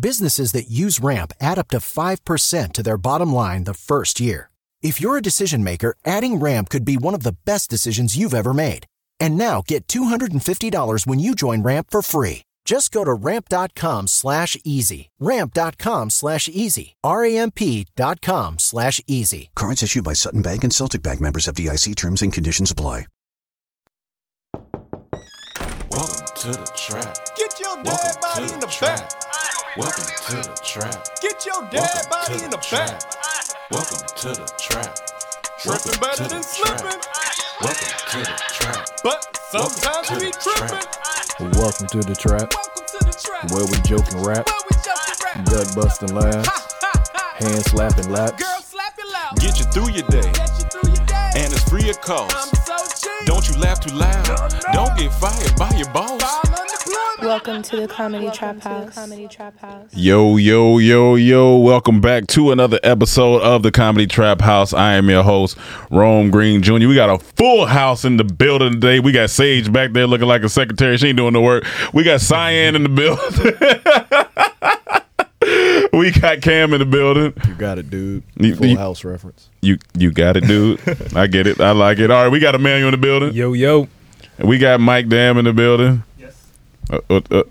Businesses that use Ramp add up to 5% to their bottom line the first year. If you're a decision maker, adding Ramp could be one of the best decisions you've ever made. And now get $250 when you join Ramp for free. Just go to ramp.com slash easy. Ramp.com slash easy. R-A-M-P dot com slash easy. Cards issued by Sutton Bank and Celtic Bank members of DIC terms and conditions apply. Welcome to the trap. Get your Welcome dead to body the in the trap. back. Welcome to the trap. Get your Welcome dead to body in the trap. back. Welcome to the trap. Welcome Tripping better to than the trap. slipping, Welcome to the trap. but Welcome sometimes to we the tripping. trap. Welcome to the trap, Welcome to the trap. where we joke and rap, Where we just rap. gut busting laughs, Ha, ha, ha. hand slapping laps. Girl, slap it loud. Get you through your day, Get you through your day. and it's free of I'm cost. so cheap. Don't you laugh too loud. No, no. Don't get fired by your boss. All unemployment. Welcome to the comedy trap house. comedy trap house. Yo, yo, yo, yo. Welcome back to another episode of the Comedy Trap House. I am your host, Rome Green Jr. We got a full house in the building today. We got Sage back there looking like a secretary. She ain't doing the work. We got Cyan in the building. we got Cam in the building. You got it, dude. You- Full you- house reference. You you got it, dude. I get it. I like it. All right, we got Emmanuel in the building. Yo, yo. We got Mike Dam in the building. Yes. Uh, uh, uh,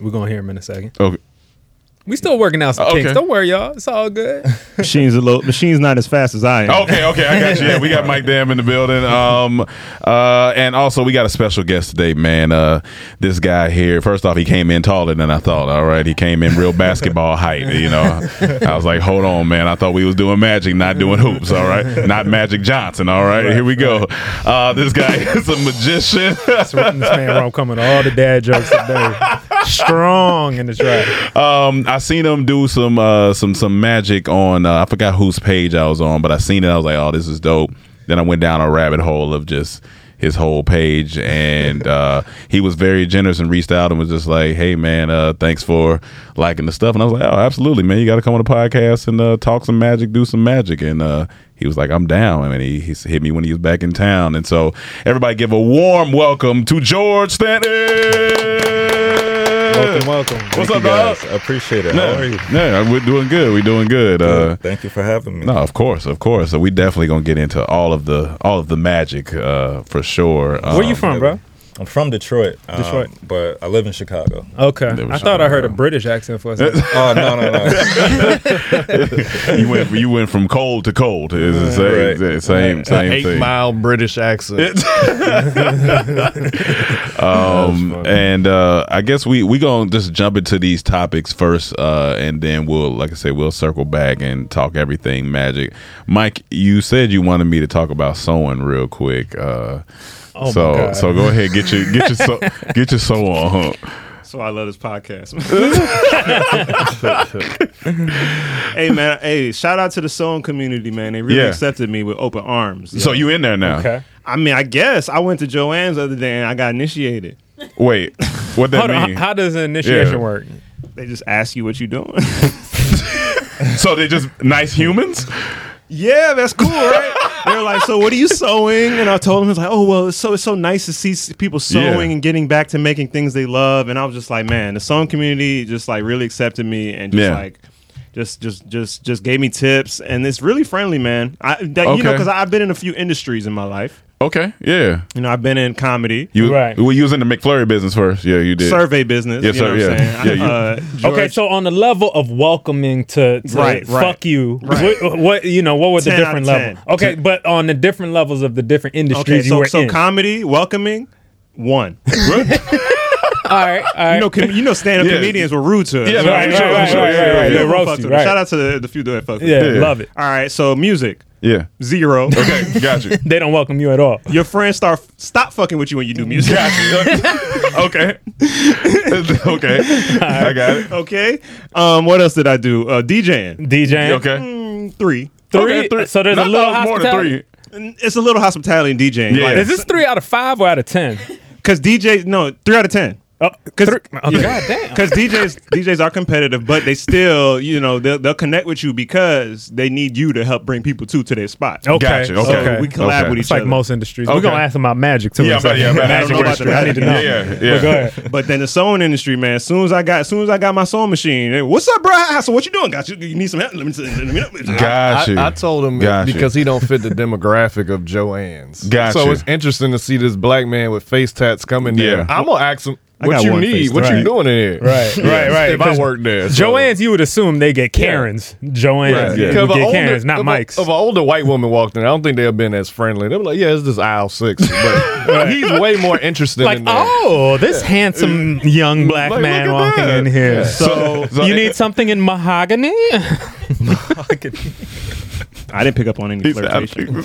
We're going to hear him in a second. okay. We still working out some Okay. kinks. Don't worry, y'all. It's all good. machine's a little machine's not as fast as I am. Okay, okay, I got you. Yeah, we got Mike Dam in the building. Um, uh, and also we got a special guest today, man. Uh, this guy here. First off, he came in taller than I thought. All right, he came in real basketball height. You know, I was like, hold on, man. I thought we was doing magic, not doing hoops. All right, not Magic Johnson. All right, here we go. Uh, this guy is a magician. That's what this man wrong coming to all the dad jokes today. Strong in the trap. Um, I seen him do some uh, some some magic on uh, I forgot whose page I was on, but I seen it. I was like, oh, this is dope. Then I went down a rabbit hole of just his whole page, and uh, he was very generous and reached out and was just like, hey man, uh, thanks for liking the stuff. And I was like, oh, absolutely, man, you got to come on the podcast and uh, talk some magic, do some magic, and. Uh, he was like, I'm down. And he, he hit me when he was back in town. And so, everybody give a warm welcome to George Stanton. Welcome, welcome. Thank What's up, you dog? guys. I appreciate it. No, How are you? no, we're doing good. We're doing good. Uh, Thank you for having me. no, of course, of course. So we definitely gonna get into all of the all of the magic uh, for sure. Where Um, you from, bro? I'm from Detroit. um, Detroit. but I live in Chicago. Okay. I thought I heard a British accent for a second. oh no no no! you went you went from cold to cold. It's the same the same, An same eight thing. mile British accent. um, and uh, I guess we we gonna just jump into these topics first, uh, and then we'll like I said we'll circle back and talk everything magic. Mike, you said you wanted me to talk about sewing real quick. Uh, Oh my so God. so go ahead get your get your sew, get your sew on. Huh? So I love this podcast. hey man, hey, shout out to the sewing community, man. They really Yeah. accepted me with open arms. So you in there now? Okay. I mean, I guess I went to Joanne's the other day and I got initiated. Wait, what that Hold on, mean? how does an initiation work? They just ask you what you doing. so they just nice humans. Yeah, that's cool, right? they were like, "So what are you sewing?" And I told them, "It's like, oh well, it's so it's so nice to see s- people sewing Yeah. and getting back to making things they love." And I was just like, "Man, the sewing community just like really accepted me and just Yeah. like." Just, just, just, just gave me tips, and it's really friendly, man. I, that, you know, Okay. because I've been in a few industries in my life. Okay, yeah. You know, I've been in comedy. You Well, you was in the McFlurry business first. Yeah, you did. Survey business, Yeah, you know sir, what I'm yeah, saying? yeah. you- Uh, okay, George- so on the level of welcoming to, to Right, right. fuck you, what, what you know, what were the 10 out of different 10. levels? Okay, but on the different levels of the different industries okay, you so, were so in. comedy, welcoming, one. all right, all right. You know, com- you know, stand-up Yeah. comedians were rude to us. Yeah, You know, right, we sure- right, we right, sure- right, yeah, right, yeah, right. yeah, They we roast fucked you, with them. right. Shout out to the, the few that fucked with Yeah, us. love it. All right, so music. Yeah. Zero. Okay, got you. they don't welcome you at all. Your friends start stop fucking with you when you do music. okay. okay. I got it. Okay. Um, what else did I do? Uh, DJing. DJing. Okay. Mm, three. Three? Okay, three. So there's a No, I little thought it was more than hospitality? Mm, It's a little hospitality in DJing. Yeah. Like, Is this three out of five or out of ten? Cause DJ no three out of ten. Because because DJs DJs are competitive, but they still you know they'll, they'll connect with you because they need you to help bring people to to their spot. Okay. Gotcha. So Okay. we collab Okay. with each It's like other. most industries. We're gonna ask them about magic, too, Yeah, in a but- second. yeah, but I don't know about magic the magic. industry. I need to know. Yeah, yeah, But, yeah. go but then the sewing industry, man. As soon as I got, as soon as I got my sewing machine, they, what's up, bro? How- So what you doing? Got you? You need some help? Let me. Let me, let me I- I, I told him Got you. because he don't fit the demographic of Joanne's. Got so you. it's interesting to see this black man with face tats coming Yeah. there. I'm gonna ask him I what got you one need, face what tat. you doing in here. Right, right, right. If I 'cause work there, so- Joanne's, you would assume they get Karens. Joanne's, Because you of get older- Karens, not of a- Mike's. If an older white woman walked in, I don't think they'd have been as friendly. They'd be like, "Yeah, it's just aisle six. But he's way more interested. Like, in that. oh, this Yeah. handsome young black Like, man look at walking that. in here. Yeah. So, So- you need something in mahogany? I didn't pick up on any He's flirtation.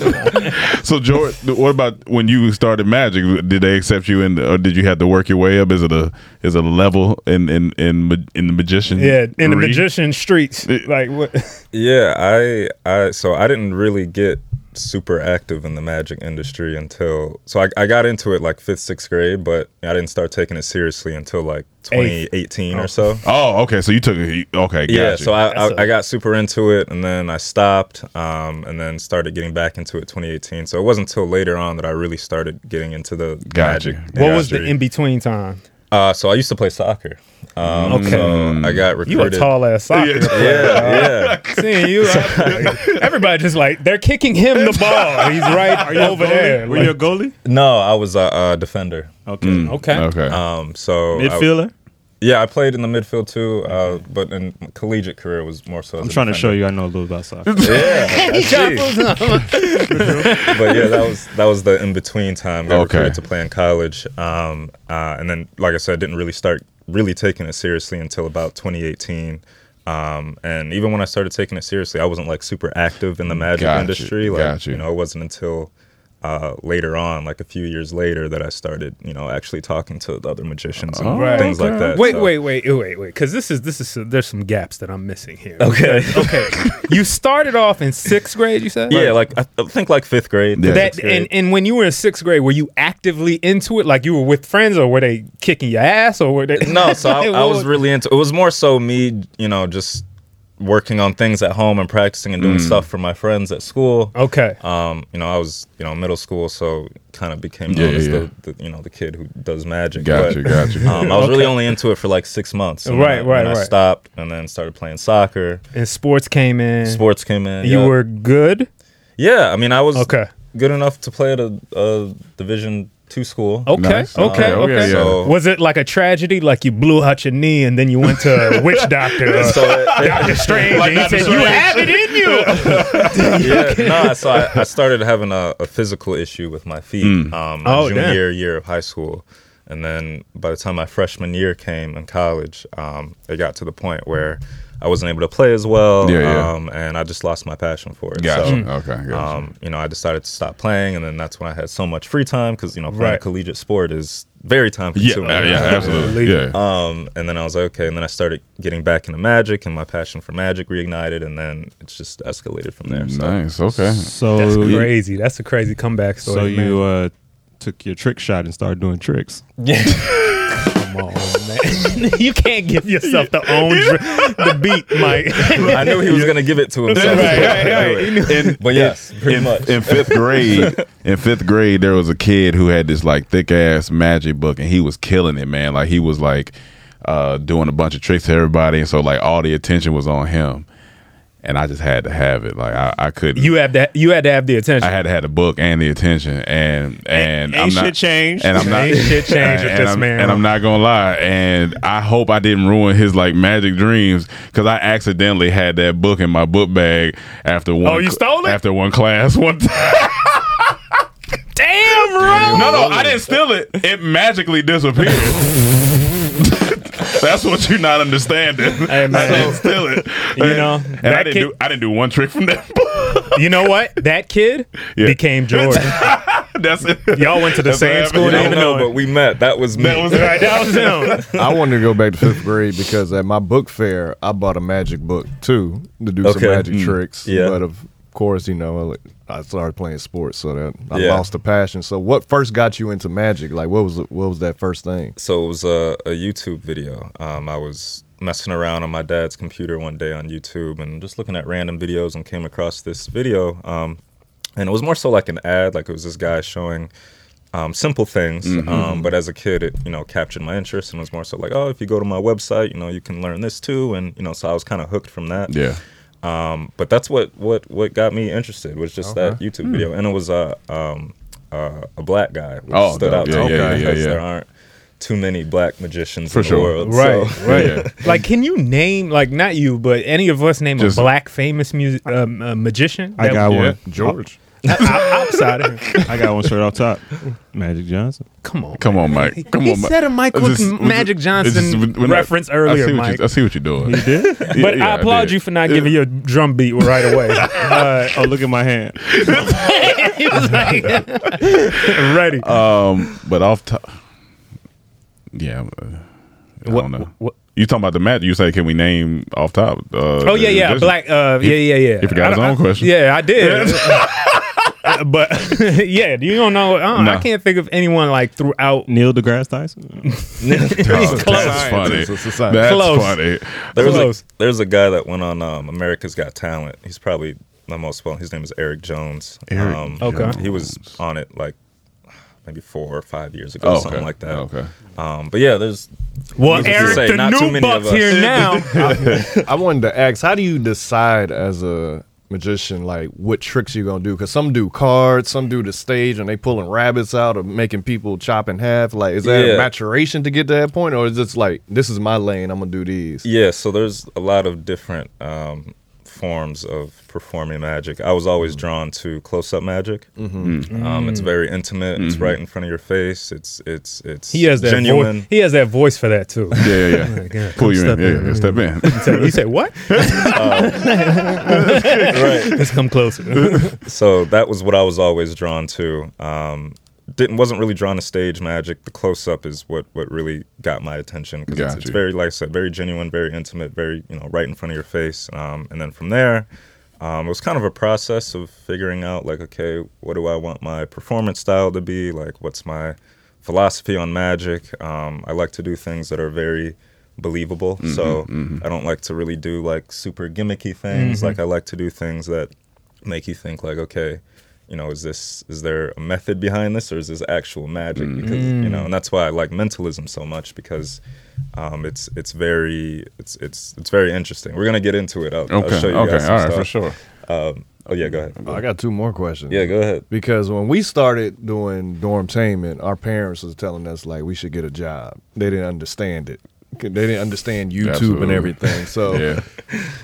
So George, what about when you started magic? Did they accept you in, or did you have to work your way up? Is it a is it a level in in in ma- in the magician? yeah, in the Re- magician streets. Like what? Yeah, I I so I didn't really get super active in the magic industry until so I, I got into it like fifth sixth grade, but I didn't start taking it seriously until like Eighth. 2018 or so. Oh, okay. So you took it. Okay, yeah, gotcha. so I, I, I got super into it and then I stopped um, and then started getting back into it 2018. So it wasn't until later on that I really started getting into the Gotcha. magic. What was the industry. in between time? Uh, so I used to play soccer. Um, Okay. so I got recruited. You a tall ass soccer player. Yeah, yeah. Seeing you, everybody just like they're kicking him the ball. He's right over there. Were you a goalie? No, I was a, uh defender. Mm. Okay. Okay. Okay. Um. So I- Midfielder? yeah, I played in the midfield too, uh, but in my collegiate career was more so. As I'm a trying to show defender. you I know a little about soccer. Yeah, I see. but yeah, that was that was the in between time. Got Okay. recruited to play in college, um, uh, and then like I said, didn't really start really taking it seriously until about 2018. Um, and even when I started taking it seriously, I wasn't like super active in the magic Gotcha, industry. Like gotcha. you know, it wasn't until uh, later on, like a few years later, that I started you know actually talking to the other magicians Oh, and things like that. Wait, so- wait, wait, wait, wait, wait. Because this is this is there's some gaps that I'm missing here. Okay. okay. You started off in sixth grade. You said. Yeah, like I I think like fifth grade. That sixth grade. and, and when you were in sixth grade, were you actively into it? Like you were with friends, or were they kicking your ass, or were they? no, so I, Like, I what was really into. It was more so me, you know, just working on things at home and practicing and doing Mm. stuff for my friends at school. Okay. Um, you know, I was you know middle school, so kind of became Yeah, known as yeah, yeah. The, the you know the kid who does magic. Gotcha, but, gotcha. Um, I was really Okay. only into it for like six months. and Right, then I, right, then I right. stopped and then started playing soccer. And sports came in. Sports came in. You yeah. were good. Yeah, I mean, I was Okay. good enough to play at a, a division to school. Okay, Nice. okay, Um, okay. So- Was it like a tragedy? Like you blew out your knee and then you went to a witch doctor, or Doctor Strange, Like and he Doctor said you Strange. have it in you. yeah, nah, so I, I started having a, a physical issue with my feet Mm. um, my Oh, junior damn. year of high school. And then by the time my freshman year came in college, um, it got to the point where I wasn't able to play as well. Yeah, yeah. Um, and I just lost my passion for it. Gotcha. So, Mm. Okay, gotcha. Um, you know, I decided to stop playing. And then that's when I had so much free time because, you know, playing Right. collegiate sport is very time Yeah, consuming. uh, yeah, absolutely. Yeah. Um, and then I was like, okay. And then I started getting back into magic, and my passion for magic reignited, and then it's just escalated from there. So. So That's crazy. That's a crazy comeback story. So man. you uh, took your trick shot and started doing tricks. Yeah. Come on, man. you can't give yourself the own dr- the beat, Mike. I knew he was going to give it to himself. Right, right, right. Anyway. But yes, pretty in, much. in fifth grade, in fifth grade, there was a kid who had this like thick ass magic book, and he was killing it, man. Like he was like uh, doing a bunch of tricks to everybody, and so like all the attention was on him, and I just had to have it. Like I, I couldn't. You have that. You had to have the attention. I had to have the book and the attention, and Ain't and I'm not shit changed. and I'm not Ain't shit changed with and this I'm- man. and I'm not gonna lie, and I hope I didn't ruin his like magic dreams because I accidentally had that book in my book bag after one. Oh, you cl- stole it? after one class one time. Damn, bro. No, no, I didn't steal it. It magically disappeared. That's what you're not understanding. I didn't steal it. You know, and I that didn't kid- do. I didn't do one trick from that book. You know what? That kid Yeah. became Jordan. That's it. Y'all went to the That's what same happened. school. You didn't don't even No, know but we met. That was me. That was right. That was him. I wanted to go back to fifth grade because at my book fair, I bought a magic book too to do Okay. some magic Mm. tricks. Yeah. But of course, you know, I I started playing sports, so that I Yeah. lost the passion. So, what first got you into magic? Like, what was what was that first thing? So it was a, a YouTube video. Um, I was messing around on my dad's computer one day on YouTube and just looking at random videos and came across this video. Um, and it was more so like an ad, like it was this guy showing um, simple things. Mm-hmm. Mhm. Um, but as a kid, it you know captured my interest and was more so like, oh, if you go to my website, you know, you can learn this too. And you know, so I was kind of hooked from that. Yeah. Um, but that's what what what got me interested was just that Okay. YouTube Hmm. video, and it was a um, uh, a black guy, which Oh, stood dope. out to Yeah, me yeah, yeah, because yeah. there aren't too many black magicians For in sure. the world. Right, so- right. Like, can you name like not you, but any of us name Just- a black famous music um, uh, magician? I that- got one. George. outside of him. I got one straight off top. Magic Johnson. Come on. Come on, Mike. Come He on, Mike. said a Mike with Just- Magic Johnson when I- reference I earlier, see what Mike. You, I see what you're doing. You did? Yeah, But yeah, I applaud did. you for not giving your drum beat right away. Uh, oh, look at my hand. he was like, ready. Um, but off top, yeah. uh, I don't know. you talking about the match? You say, can we name off top? Uh, oh yeah, the yeah, magician? black. Uh, yeah, yeah, yeah. He forgot his I- own I- question. Yeah, I did. Uh, but yeah, you don't know. uh, No. I can't think of anyone like throughout Neil deGrasse Tyson. He's Science. close. Oh, funny. It's a science. That's Close. funny. There was Close. a, there's a guy that went on um, America's Got Talent. He's probably the most well. His name is Eric Jones. Eric um, Okay. He was on it like maybe four or five years ago, Oh, something okay. like that. Okay. Um, but yeah, there's Well, needless to Eric, say, the not too new many of buck's here us. now. I, I wanted to ask, how do you decide as a magician, like what tricks you're gonna do? Because some do cards, some do the stage, and they pulling rabbits out or making people chop in half. Like, is that Yeah. a maturation to get to that point, or is this like this is my lane, I'm gonna do these? Yeah, so there's a lot of different um, forms of performing magic. I was Mm. always drawn to close-up magic. Mm-hmm. Mhm. Mm. Um, it's Mm. very intimate. It's Mm-hmm. Mhm. right in front of your face. It's it's it's He has that genuine. Voice, he has that voice for that too. Yeah, yeah, yeah. Oh my God. Pull you Step in. Yeah, yeah, step in. You say, you say, what? Oh. Let's come closer. so that was what I was always drawn to. Um, didn't wasn't really drawn to stage magic. The close up is what what really got my attention because it's, Got it's you. very like I said, very genuine, very intimate, very you know right in front of your face. Um, and then from there, um, it was kind of a process of figuring out like okay, what do I want my performance style to be? Like what's my philosophy on magic? Um, I like to do things that are very believable. Mm-hmm, So Mhm, mhm. I don't like to really do like super gimmicky things. Mhm. Like I Mm-hmm. like to do things that make you think like, okay, you know, is this is there a method behind this or is this actual magic? Because you know, Mm. and that's why I like mentalism so much because um, it's it's very it's it's it's very interesting. We're gonna get into it. I'll, I'll Okay, show you okay, guys some all right, for stuff. sure. Um, Oh yeah, go ahead. I got two more questions. Yeah, go ahead. Because when we started doing dormtainment, our parents was telling us like we should get a job. They didn't understand it. They didn't understand YouTube and Absolutely. everything. So, Yeah.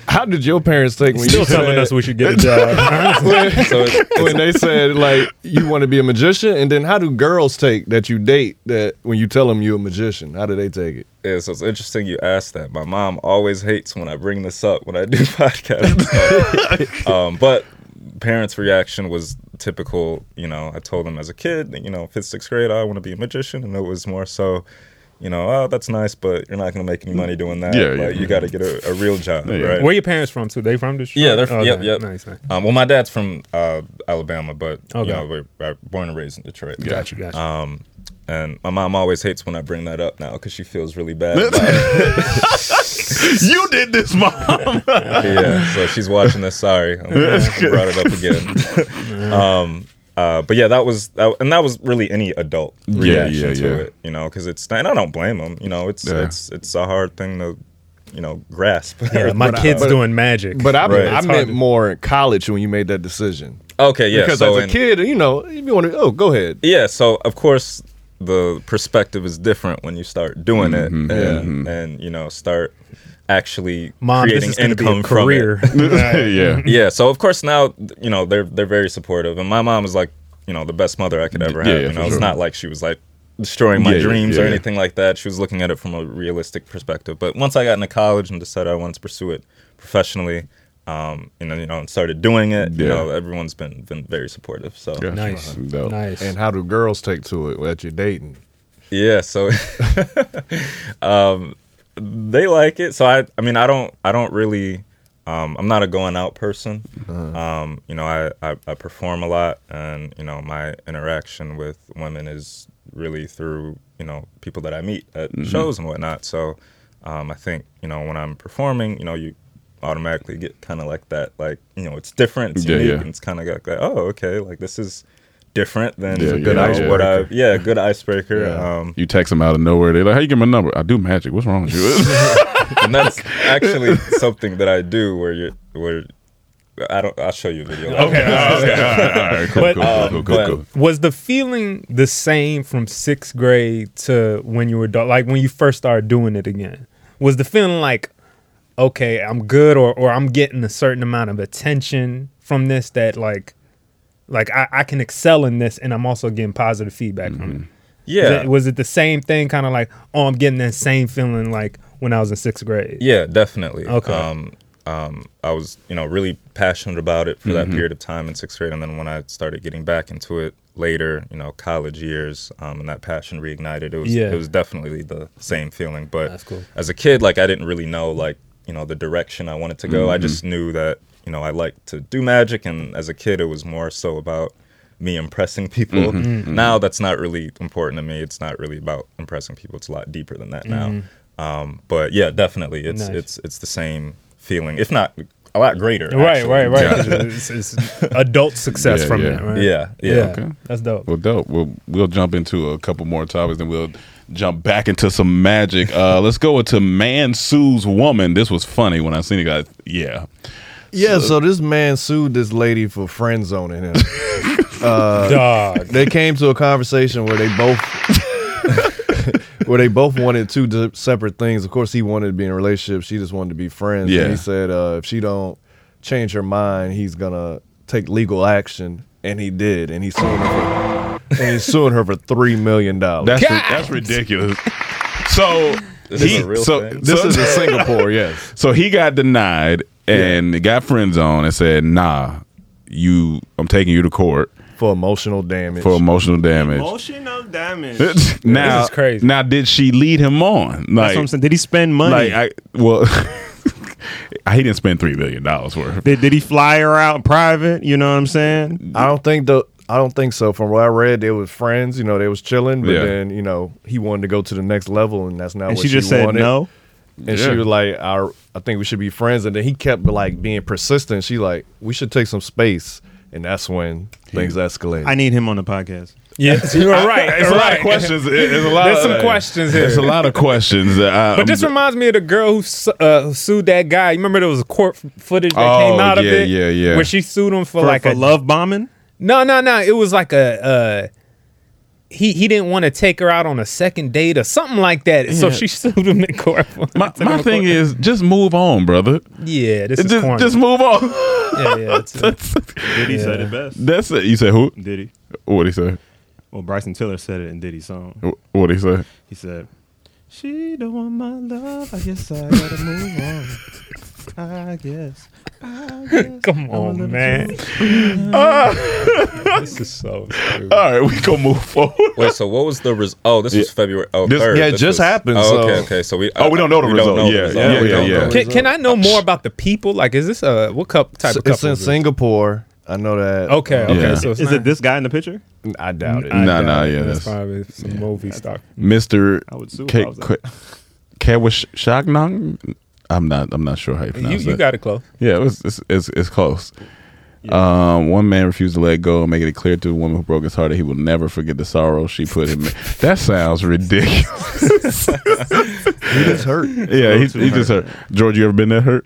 how did your parents take when Still you telling us said- we should get a job. when, So it's- when they said like you want to be a magician, and then how do girls take that you date that when you tell them you're a magician? How do they take it? Yeah, so it's interesting you asked that. My mom always hates when I bring this up when I do podcasts. um, but parents' reaction was typical. You know, I told them as a kid, you know, fifth, sixth grade, I want to be a magician, and it was more so, you know, oh, that's nice, but you're not going to make any money doing that. Yeah, like, yeah, you yeah. got to get a, a real job, right? Where your parents from too? They from Detroit? Yeah, they're from, Okay, yep, yep. Nice, nice. Um, well, my dad's from uh, Alabama, but Okay. you know, we're, we're born and raised in Detroit. Gotcha, gotcha. Um, and my mom always hates when I bring that up now because she feels really bad. about it. you did this, mom. yeah, so she's watching this. Sorry, I brought it up again. um, uh, but yeah, that was that, and that was really any adult Yeah, reaction yeah, to yeah. it, you know, because it's and I don't blame them. You know, it's Yeah. it's it's a hard thing to you know grasp. But I- but- But I, I meant more in college when you made that decision. Okay, yeah. Because so as a in- kid, you know, you want to. Oh, go ahead. Yeah, so of course the perspective is different when you start doing Mhm, it and, yeah. and you know start actually Mom, this creating is gonna be a income from career. it. Yeah. yeah. So of course now you know they're they're very supportive, and my mom is like you know the best mother I could ever Yeah, have. yeah, you know, for it's sure. not like she was like destroying my Yeah, yeah, dreams yeah, or yeah. anything like that. She was looking at it from a realistic perspective. But once I got into college and decided I wanted to pursue it professionally. Um, and then, you know, and started doing it. You Yeah. know, everyone's been been very supportive. So Nice. Dope. Nice. And how do girls take to it that you're dating? Yeah, so um they like it. So I I mean I don't I don't really um I'm not a going out person. Um you know, I, I I perform a lot and you know, my interaction with women is really through, you know, people that I meet at Mhm. shows and whatnot. So um I think, you know, when I'm performing, you know, you automatically get kind of like that like, you know, it's different, it's Yeah, unique, yeah. and it's kind of like, oh, okay, like this is different than Yeah, you good know, what icebreaker. I yeah, good icebreaker. Um you text them out of nowhere. They're like, "How you get my number? I do magic. What's wrong with you?" and that's actually something that I do where you where I don't I'll show you a video. Okay, all right, all right, all right, cool, cool, cool, cool, cool, but- cool. Was the feeling the same from sixth grade to when you were adult? Like when you first started doing it again? Was the feeling like, okay, I'm good, or or I'm getting a certain amount of attention from this that like, like I, I can excel in this, and I'm also getting positive feedback from it. Yeah. Was it, was it the same thing? Kind of like, oh, I'm getting that same feeling like when I was in sixth grade. Yeah, definitely. Okay. Um, um, I was, you know, really passionate about it for that Mhm. period of time in sixth grade, and then when I started getting back into it later, you know, college years, um, and that passion reignited. It was, Yeah. it was definitely the same feeling. But That's cool. as a kid, like I didn't really know, like you know, the direction I wanted to go. I Mm-hmm. Mhm. just knew that, you know, I liked to do magic, and as a kid, it was more so about me impressing people. Mhm. Mhm. Mm-hmm. Now that's not really important to me. It's not really about impressing people. It's a lot deeper than that now. Mhm. Mm-hmm. Um, but yeah, definitely, it's Nice. it's it's the same feeling, if not a lot greater. Right, actually. right, right. Yeah. It's, it's adult success Yeah, from yeah. that, right? Yeah, yeah. That's dope. Well, dope. We'll we'll jump into a couple more topics, and we'll jump back into some magic. Uh, let's go into man sues woman. This was funny when I seen it. Guys, yeah, Yeah, so, this man sued this lady for friend zoning him. uh, Dog. They came to a conversation where they both where they both wanted two di- separate things. Of course, he wanted to be in a relationship. She just wanted to be friends. Yeah. And he said uh, if she don't change her mind, he's gonna take legal action. And he did. And he sued her. For, and he's suing her for three million dollars. that's that's ridiculous. So This is a real thing? This is in Singapore, yes. So he got denied and got friend zoned and said, "Nah, you, I'm taking you to court for emotional damage. For emotional damage. Emotional damage. now, Now, did she lead him on? Like, what I'm saying. Did he spend money? Like, I, well, he didn't spend three million dollars worth. Did, did he fly her out private? You know what I'm saying? I don't think the I don't think so. From what I read, they was friends. You know, they was chilling. But Yeah. then you know he wanted to go to the next level, and that's not And what she just said wanted. no? And Yeah. she was like, I, "I think we should be friends." And then he kept like being persistent. She like, "We should take some space," and that's when things escalated. I need him on the podcast. Yeah, you're right. It's a you're lot right. of questions. It- It's a lot. There's of- some questions here. There's a lot of questions. that I- Um, But this I'm- reminds me of the girl who, su- uh, who sued that guy. You remember there was a court f- footage that Oh, came out yeah, of it? yeah, yeah. Where she sued him for, For- like for a love bombing? No, no, no. It was like a uh, he he didn't want to take her out on a second date or something like that. So Yeah. she sued him in court. For my, my thing is just move on, brother. yeah, this is just, corny. just move on. yeah, yeah. It's, Diddy said it best. That's it. You say who? Diddy. What he say? Well, Bryson Tiller said it in Diddy's song. What he say? He said, She don't want my love. I guess I gotta move on. I guess. I guess. Come on, man. Ah. this is so. All right, we go move forward. Wait, so what was the result? Oh, this was February. Oh, This- third. yeah, it This just was- happened, Oh, so- okay, okay. So we. Oh, we don't know the result. Yeah, yeah, We yeah, don't know yeah. the Can, result. can I know more about the people? Like, is this a what cup type of couple? It's in is this? Singapore. I know that. Okay, okay. Yeah. So it's Is not- it this guy in the picture? I doubt it. Nah, doubt nah, it. yeah, That's that's- probably some movie stock. Mister I would sue if I was there. Kawashagnong. I'm not. I'm not sure how you pronounce you that. got it close. Yeah, it was, it's, it's it's close. Um, one man refused to let go, making it clear to the woman who broke his heart that he will never forget the sorrow she put him. in. That sounds ridiculous. He just hurt. yeah, he, he just hurt. George, you ever been that hurt?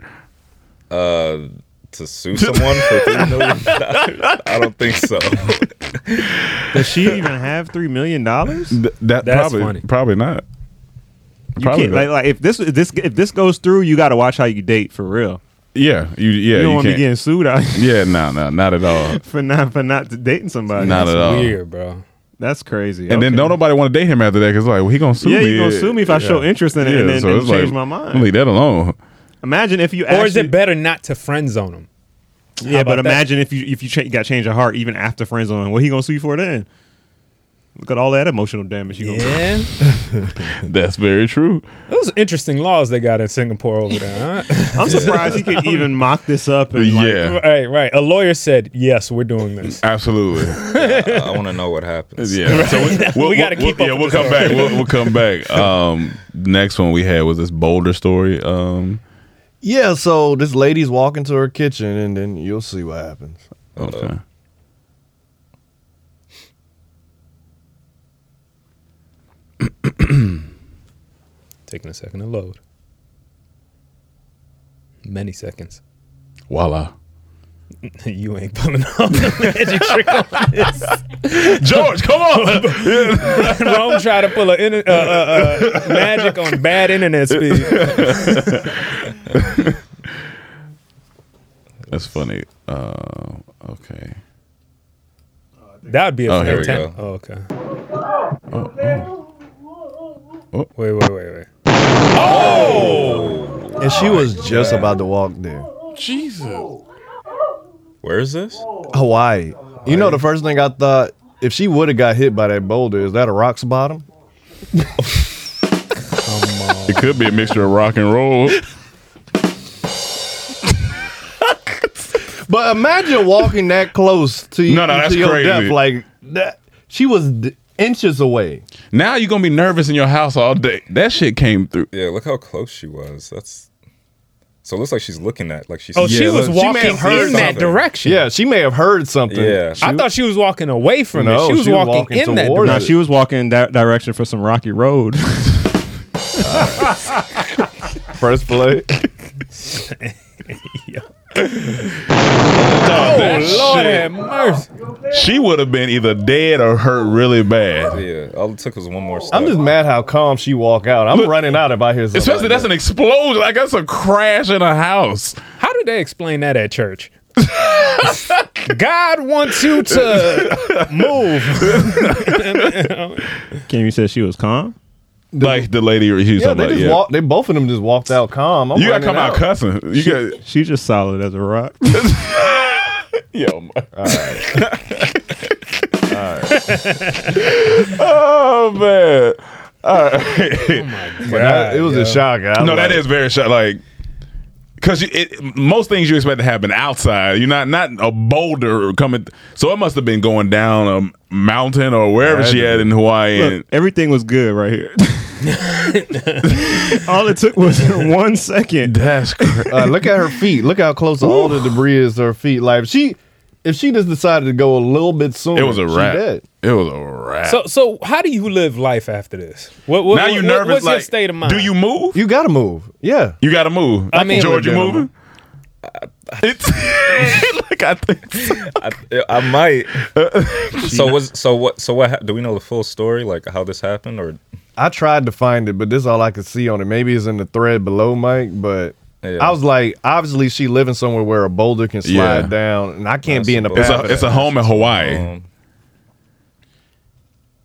Uh, to sue someone for three million dollars? I don't think so. Does she even have $3 million? You Th- that That's probably funny. probably not. Probably can't, like, not. like if this if this if this goes through, you got to watch how you date for real. yeah, you yeah you don't you, want to be getting can't. sued out yeah, no, no, not at all. for not for not dating somebody. Not at all. Weird, bro. That's crazy. And then don't nobody want to date him after that because like well, he gonna sue Yeah, me. he gonna sue me if I show interest in it and then- and it's change my mind. Leave that alone. Imagine if you Or is actually- it better not to friend zone them? Yeah, about but that? imagine if you if you cha- got changed of heart even after friend zone, what he gonna sue you for then? Look at all that emotional damage you Yeah. gonna. That's very true. Those are interesting laws they got in Singapore over there. Huh? I'm surprised he could even mock this up. And like, Yeah. Right, right. A lawyer said, "Yes, we're doing this." Absolutely. Yeah, I, want to know what happens. Yeah. So we, we'll, We gotta we'll- keep up we'll- Yeah, with we'll the come story. back. We'll, we'll come back. Um, next one we had was this Boulder story. Um, Yeah, so this lady's walking to her kitchen, and then you'll see what happens. okay. Taking a second to load. Many seconds. Voila. you ain't pulling off the magic trick on this. George, come on. Rome try to pull a inter- uh, uh, uh, magic on bad internet speed. That's funny. Uh, okay. That would be a Oh, here we fantastic. go. Oh, okay. Oh, Wait, wait, wait, wait. And she was just about to walk there. Jesus. Where is this? Hawaii. You know, the first thing I thought, if she would have got hit by that boulder, is that a rock's bottom? It could be a mixture of rock and roll. But imagine walking that close to, No, no, that's to your crazy. death. Like, that, she was d- inches away. Now you're gonna be nervous in your house all day. That shit came through. Yeah, look how close she was. That's so. It looks like she's looking at like she's. Oh, she was look, walking in that direction. Yeah, she may have heard something. Yeah. I thought she was walking away from No, it. She was she was walking, walking in that towards Now direction. she was walking that direction for some rocky road. First play. Oh, Lord have mercy. She would have been either dead or hurt really bad. Yeah, all it took was one more step. I'm just mad how calm she walk out. I'm running out if I hear something. Especially like that's that. an explosion. Like that's a crash in a house. How did they explain that at church? God wants you to move. Can you say she was calm? Like the lady she was yeah, talking they about. just Yeah. walked. They both of them just walked out calm. I'm you gotta running come out, out cussing. You got She just solid as a rock. yo. my- oh man. All Oh, right. But that- it was a shock. I was no, like, that is very shot. Like, because most things you expect to happen outside, you're not not a boulder coming. So it must have been going down a mountain or wherever she had in Hawaii. and, Look, everything was good right here. all it took was one second. that's crazy. Uh, look at her feet. Look how close all the debris is to her feet. Like if she, if she just decided to go a little bit sooner, It was a she wrap. dead. It was a wrap. So, so how do you live life after this? What, what, now you what- nervous? What's like, your state of mind? Do you move? You gotta move. Yeah, you gotta move. I mean- George, you Legitimate. moving? I, I might. so was so what so what hap- do we know the full story like how this happened or I tried to find it, but this is all I could see on it. Maybe it's in the thread below, Mike. But I was like, obviously, she living somewhere where a boulder can slide Yeah. down, and I can't be in the It's path a, of it's that. a home in Hawaii. Oh.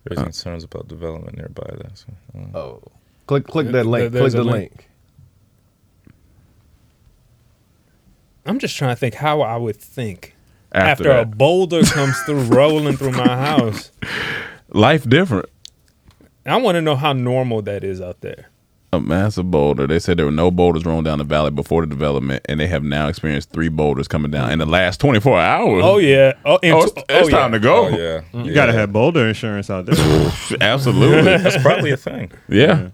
there's concerns about development nearby there. So, oh. Click click that link. There- there's Click a the link. link. I'm just trying to think how I would think after, After a that. boulder comes through rolling through my house. Life different. I want to know how normal that is out there. A massive boulder. They said there were no boulders rolling down the valley before the development, and they have now experienced three boulders coming down in the last 24 hours. Oh yeah. Oh, and it's, tw- oh, it's time yeah. to go. You gotta have boulder insurance out there. Absolutely. That's probably a thing. Yeah.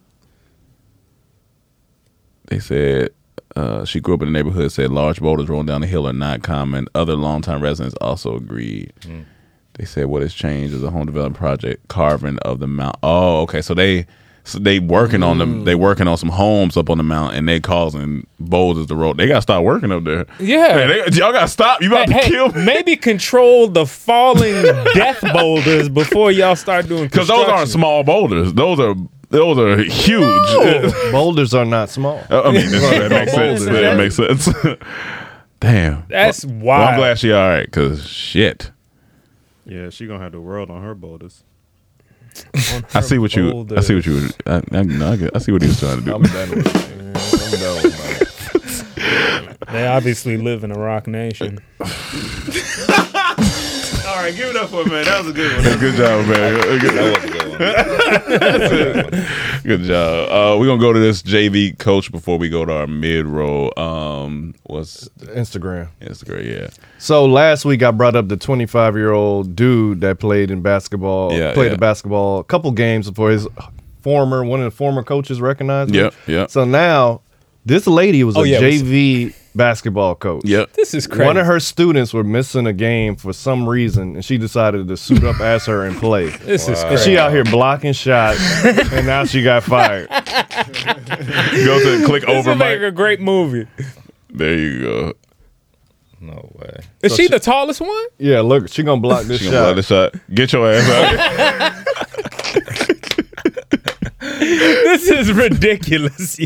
They said uh, she grew up in the neighborhood, said large boulders rolling down the hill are not common. Other longtime residents also agreed. Mm. They said what has changed is a home development project carving of the mount. Oh, okay. So they so they working on them. They working on some homes up on the mountain, and they causing boulders to roll. They got to stop working up there. Yeah. Man, they- y'all got to stop. You about to Hey, hey, kill me. Maybe control the falling death boulders before y'all start doing Because those aren't small boulders. Those are those are huge. Boulders are not small. I mean, that makes sense. That makes sense. Damn. That's Well, wild. I'm glad she all right. Because shit, Yeah, she gonna have the world on her boulders. I see what you. I see what you. were- I, I, no, I get- I see what he was trying to do. I'm done They obviously live in a rock nation. All right, give it up for a man. That was a good one. Good job, man. Good, Good job. Uh, we're gonna go to this JV coach before we go to our mid roll. Um, what's Instagram? Instagram, yeah. So last week I brought up the 25 year old dude that played in basketball, Yeah, played yeah. a basketball a couple games before his former one of the former coaches recognized him. Yep, yep. So now this lady was Oh, a yeah, it was- JV basketball coach. Yep. This is One crazy. of her students were missing a game for some reason, and she decided to suit up as her and play. This is and she crazy. out here blocking shots, and now she got fired. Go to click This over, would make Mike. a great movie. There you go. No way. Is she the tallest one? Yeah, look, she gonna block this She shot. gonna block this shot. Get your ass out. this is ridiculous, yo.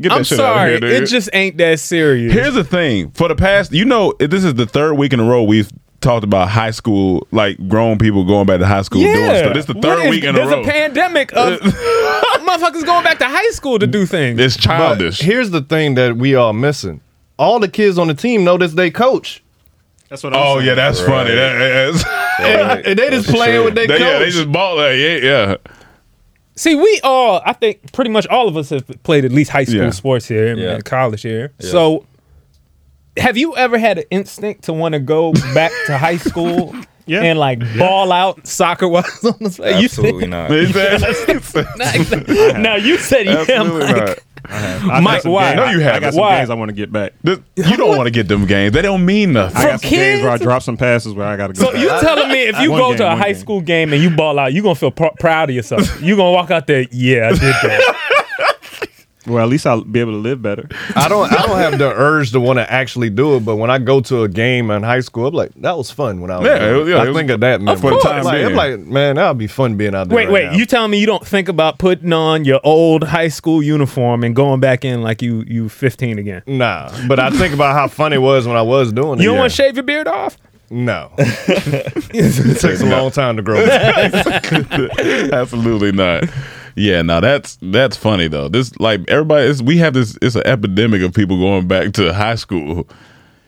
Get that I'm shit sorry, Out of here, dude. it just ain't that serious. Here's the thing. For the past, you know, this is the third week in a row we've talked about high school, like grown people going back to high school doing stuff. This is the What third is- week in a row. There's a pandemic of motherfuckers going back to high school to do things. Uh, It's childish. here's the thing that we are missing. All the kids on the team know this they coach. That's what. oh yeah, that's funny. That- that's- And, and they just playing with their They- coach. Yeah, they just ball that. Yeah, yeah. See, we all, I think pretty much all of us have played at least high school Yeah. sports here and Yeah. college here. Yeah. So, have you ever had an instinct to want to go back to high school and like ball out soccer wise on the play? Absolutely not. now, you said, yeah, Absolutely Mike. not. I Mike, some why? games- No, you I haven't. got some Why? games I want to get back. This- you don't want to get them games. They don't mean nothing. I got some games where I drop some passes where I got to go. So you telling me if you go to a high school game and you ball out, you gonna feel pr- proud of yourself. You gonna walk out there, yeah, I did that. Well, at least I'll be able to live better. I don't I don't have the urge to want to actually do it, but when I go to a game in high school, I'm like, that was fun when I was Yeah, young. it was- yeah, I it was- think of that memory. for the time like, I'm being. like, man, that would be fun being out there. Wait, right wait. now. You telling me you don't think about putting on your old high school uniform and going back in like you you 15 again? Nah, but I think about how fun it was when I was doing it. You don't want to shave your beard off? No. it takes a long time to grow. Absolutely not. Yeah, now that's that's funny though. This like everybody, it's, we have this. It's an epidemic of people going back to high school.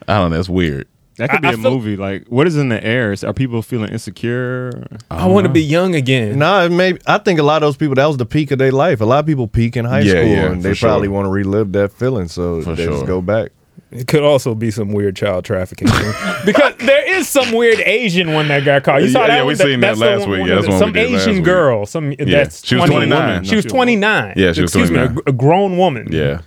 I don't know. That's weird. That could be a a movie. Like, what is in the air? Is- Are people feeling insecure? I want to be young again. Mm-hmm. Nah, maybe I think a lot of those people that was the peak of their life. A lot of people peak in high Yeah, school, yeah, and for they sure. probably want to relive that feeling, so For they sure. just go back. It could also be some weird child trafficking thing. because there is some weird Asian one that got caught. You saw Yeah, that? yeah, we one? That- seen that that's the last one- week. one Yeah, of that's the- one some we did last Asian week. girl. Some Yeah. that's She was 20 29. She was 29. Yeah, she was Excuse me, a 29. gr- a grown woman. Yeah.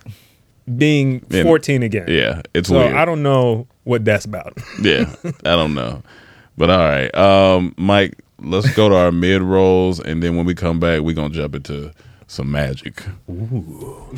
being Yeah. 14 again. Yeah, it's so weird. I don't know what that's about. yeah, I don't know, but all right, um, Mike. Let's go to our mid rolls, and then when we come back, we're gonna jump into some magic. Ooh.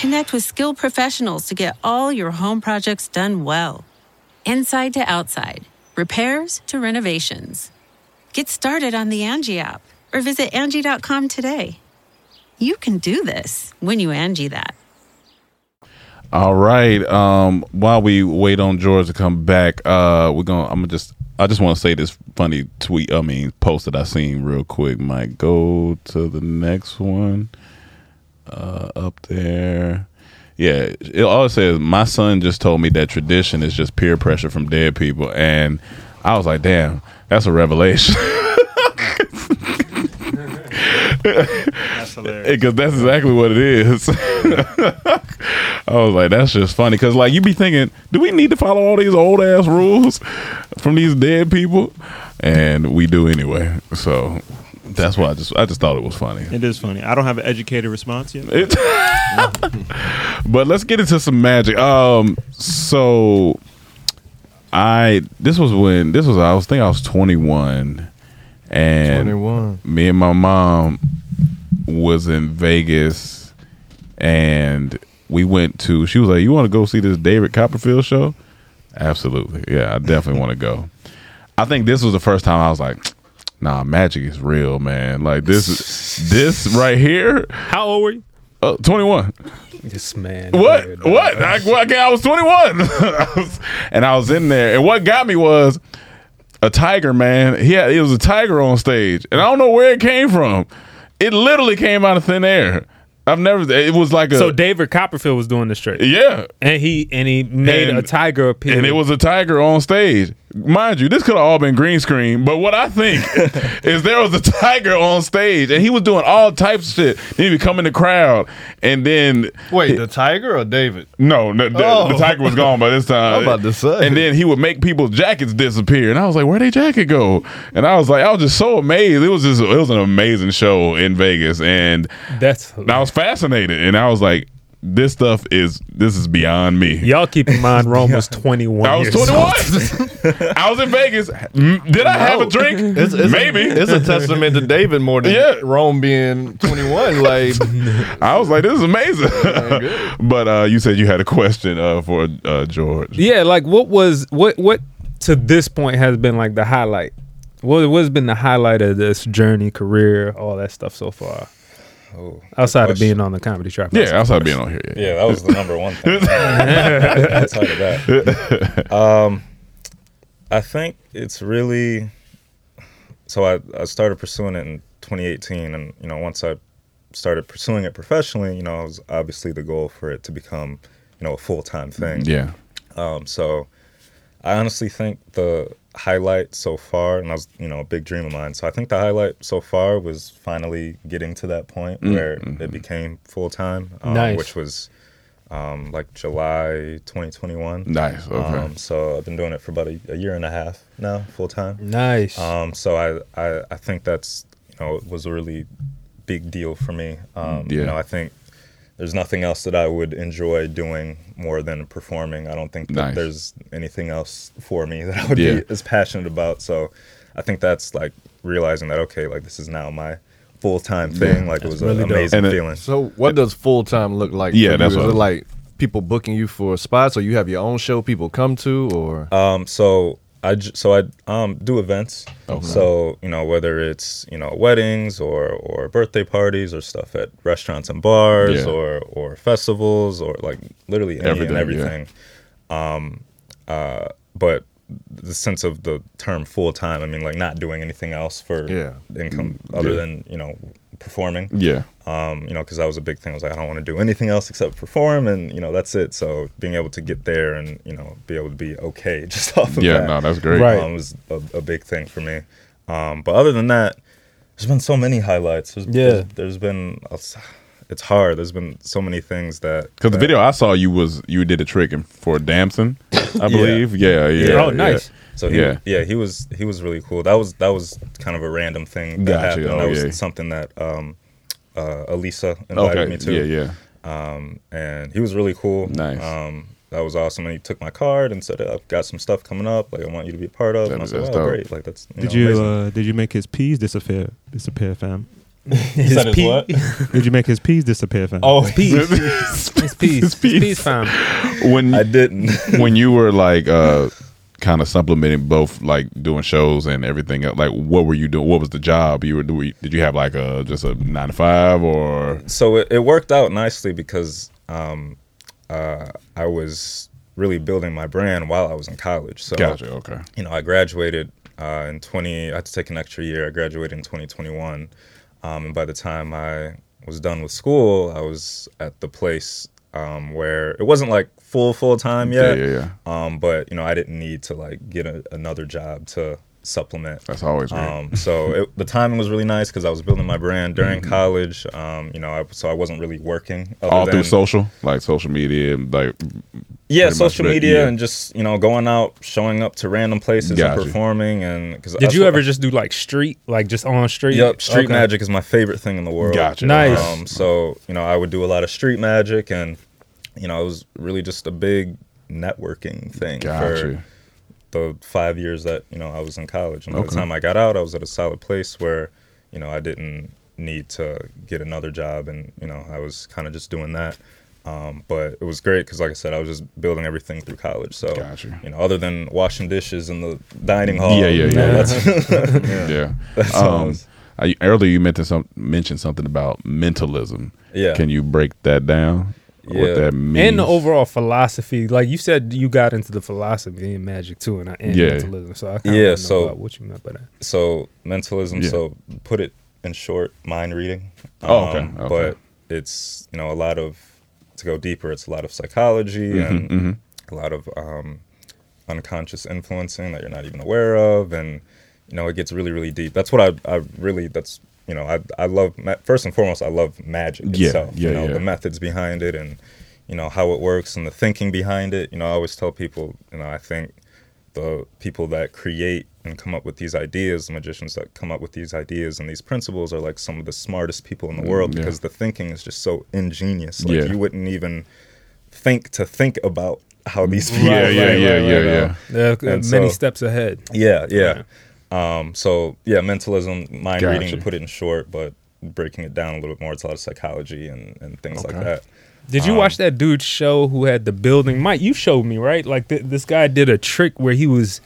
Connect with skilled professionals to get all your home projects done well. Inside to outside, repairs to renovations. Get started on the Angie app or visit Angie.com today. You can do this when you Angie that. All right. Um, while we wait on George to come back, uh, we're gonna. I'm gonna just. I just want to say this funny tweet. I mean, post that I seen real quick. Mike, go to the next one. Uh, up there. Yeah, it always says my son just told me that tradition is just peer pressure from dead people, and I was like, damn, that's a revelation. That's hilarious. Because that's exactly what it is. I was like, that's just funny. Because, like, you be thinking, do we need to follow all these old ass rules from these dead people? And we do anyway. So that's why I just, I just thought it was funny. It is funny. I don't have an educated response yet. It- but let's get into some magic. Um, so I this was when this was I was think I was twenty one, and 21. me and my mom was in Vegas, and we went to. She was like, "You want to go see this David Copperfield show?" Absolutely, yeah, I definitely want to go. I think this was the first time I was like. Nah, magic is real, man. Like this, is this right here. How old were you? Uh, Twenty one. This man. What? What? I, well, okay, I was 21. I was- and I was in there. And what got me was a tiger, man. He had, it was a tiger on stage. And I don't know where it came from. It literally came out of thin air. I've never, it was like a. So David Copperfield was doing the straight. Yeah. And he and he made And- a tiger appear. and it was a tiger on stage. Mind you, this could have all been green screen, but what I think is there was a tiger on stage and he was doing all types of shit. Then he would come in the crowd and then Wait, the tiger or David? No, no the, Oh. the tiger was gone by this time. I'm about to say. And then he would make people's jackets disappear, and I was like, "Where'd they jacket go?" And I was like, I was just so amazed. It was just, it was an amazing show in Vegas, and that's I was fascinated, and I was like, "This stuff is this is beyond me." Y'all keep in mind Rome was 21 I was years old. 21. I was in Vegas. M- Did I have a drink? It's, it's Maybe. A, it's a testament to David more than Yeah. Rome being 21. Like, I was like, this is amazing. but uh, you said you had a question uh, for uh, George. Yeah, like what was what what to this point has been like the highlight? What what's been the highlight of this journey, career, all that stuff so far? Oh, Outside of being on the comedy trap. Yeah, outside of course. being on here, yeah. Yeah, that was the number one thing. Outside of that. Um, I think it's really. So I, I started pursuing it in 2018, and you know, once I started pursuing it professionally, you know, it was obviously the goal for it to become, you know, a full time thing. Yeah. Um, so I honestly think the highlight so far, and that was, you know, a big dream of mine. So I think the highlight so far was finally getting to that point Mm. where it became full time, um, Nice. which was um, like July 2021. Nice, okay. Um, so I've been doing it for about a, a year and a half now, full time. Nice. Um, so I, I, I think that's, you know, it was a really big deal for me. Um, You Yeah. know, I think there's nothing else that I would enjoy doing more than performing. I don't think that Nice. there's anything else for me that I would Yeah. be as passionate about. So I think that's like realizing that, okay, like this is now my full time thing. Like it was an amazing feeling. So, what does full time look like? Yeah, for you? that's Is what I it was- like people booking you for spots, or you have your own show people come to, or Um, so I j- so I um do events. Oh, Okay. So you know whether it's you know weddings or or birthday parties or stuff at restaurants and bars Yeah. or or festivals or like literally any and Everything, yeah. everything. Um, uh, but the sense of the term full time, I mean like not doing anything else for Yeah. income Mm, other yeah. than you know performing. Yeah. Um, you know, because that was a big thing. I was like, I don't want to do anything else except perform, and you know, that's it. So being able to get there and you know, be able to be okay just off of Yeah, that. no, that's great. Right. um, was a, a big thing for me. Um, but other than that, there's been so many highlights. There's, Yeah. there's- there's been it's, it's hard. There's been so many things that Because the that- video I saw you was you did a trick in- for Damson, I believe. Yeah, yeah. Oh, yeah. So he, Oh, yeah, yeah, he was he was really cool. That was that was kind of a random thing that Gotcha. happened. Oh, that was yeah. something that um, uh, Elisa invited Okay. me to. Yeah, yeah. Um, and he was really cool. Nice. Um, that was awesome. And he took my card and said, "I've got some stuff coming up. Like I want you to be a part of." and I was like, that's "Oh, dope. great! Like that's you Did know, you amazing." uh, did you make his peas disappear? Disappear, fam. His said his pea- what? Did you make his peas disappear, fam? It's peace. it's peace. It's peace time. when I didn't. when you were like uh, kind of supplementing both like doing shows and everything, else, like what were you doing? What was the job you were doing? Did you have like a just a nine to five or? so it, it worked out nicely because um, uh, I was really building my brand while I was in college. So Gotcha, okay. You know, I graduated uh, in twenty. I had to take an extra year. I graduated in twenty twenty one, um, and by the time I was done with school, I was at the place um, where it wasn't like full full time Yeah, yet. yeah, Um, but you know, I didn't need to like get a, another job to supplement. That's always great. Um, so it, the timing was really nice because I was building my brand during Mhm. college. Um, you know, I, so I wasn't really working. other All through than- social, like social media, like Yeah, pretty much social that- media yeah. and just you know going out, showing up to random places Gotcha. and performing. And because Did you ever just do like street, like just on street? Yep, street Okay. magic is my favorite thing in the world. Gotcha. Nice. Um, so you know, I would do a lot of street magic, and you know, it was really just a big networking thing Gotcha. for the five years that you know I was in college. And by Okay. the time I got out, I was at a solid place where you know I didn't need to get another job, and you know, I was kind of just doing that. Um, but it was great because, like I said, I was just building everything through college. So, you know, other than washing dishes in the dining hall, Yeah, yeah, you know, yeah. that's- yeah. that's all it Um, I, earlier you mentioned some mentioned something about mentalism. Yeah. Can you break that down? What that means? And the overall philosophy, like you said, you got into the philosophy and magic too, and, I- and Yeah. mentalism. So I kind of yeah, know so about what you meant by that. So mentalism. Yeah. So put it in short, mind reading. Oh, okay, okay. Um, But it's you know a lot of to go deeper. It's a lot of psychology Mhm, and mhm. a lot of um, unconscious influencing that you're not even aware of, and you know it gets really really deep. That's what I I really that's you know I I love ma- first and foremost I love magic Yeah, itself. yeah, you know yeah. the methods behind it and you know how it works and the thinking behind it. You know I always tell people you know I think the people that create and come up with these ideas, the magicians that come up with these ideas and these principles are like some of the smartest people in the world Mm, yeah. because the thinking is just so ingenious. Like Yeah. you wouldn't even think to think about how these Right, people right, like, yeah, like, yeah, you know. yeah. They're, uh, And many steps ahead. Yeah, yeah. Um, so yeah, mentalism, mind reading Gotcha. to put it in short, but breaking it down a little bit more, it's a lot of psychology and, and things like Okay. that. Did you Um, watch that dude show who had the building? Mike, you showed me right. Like th- this guy did a trick where he was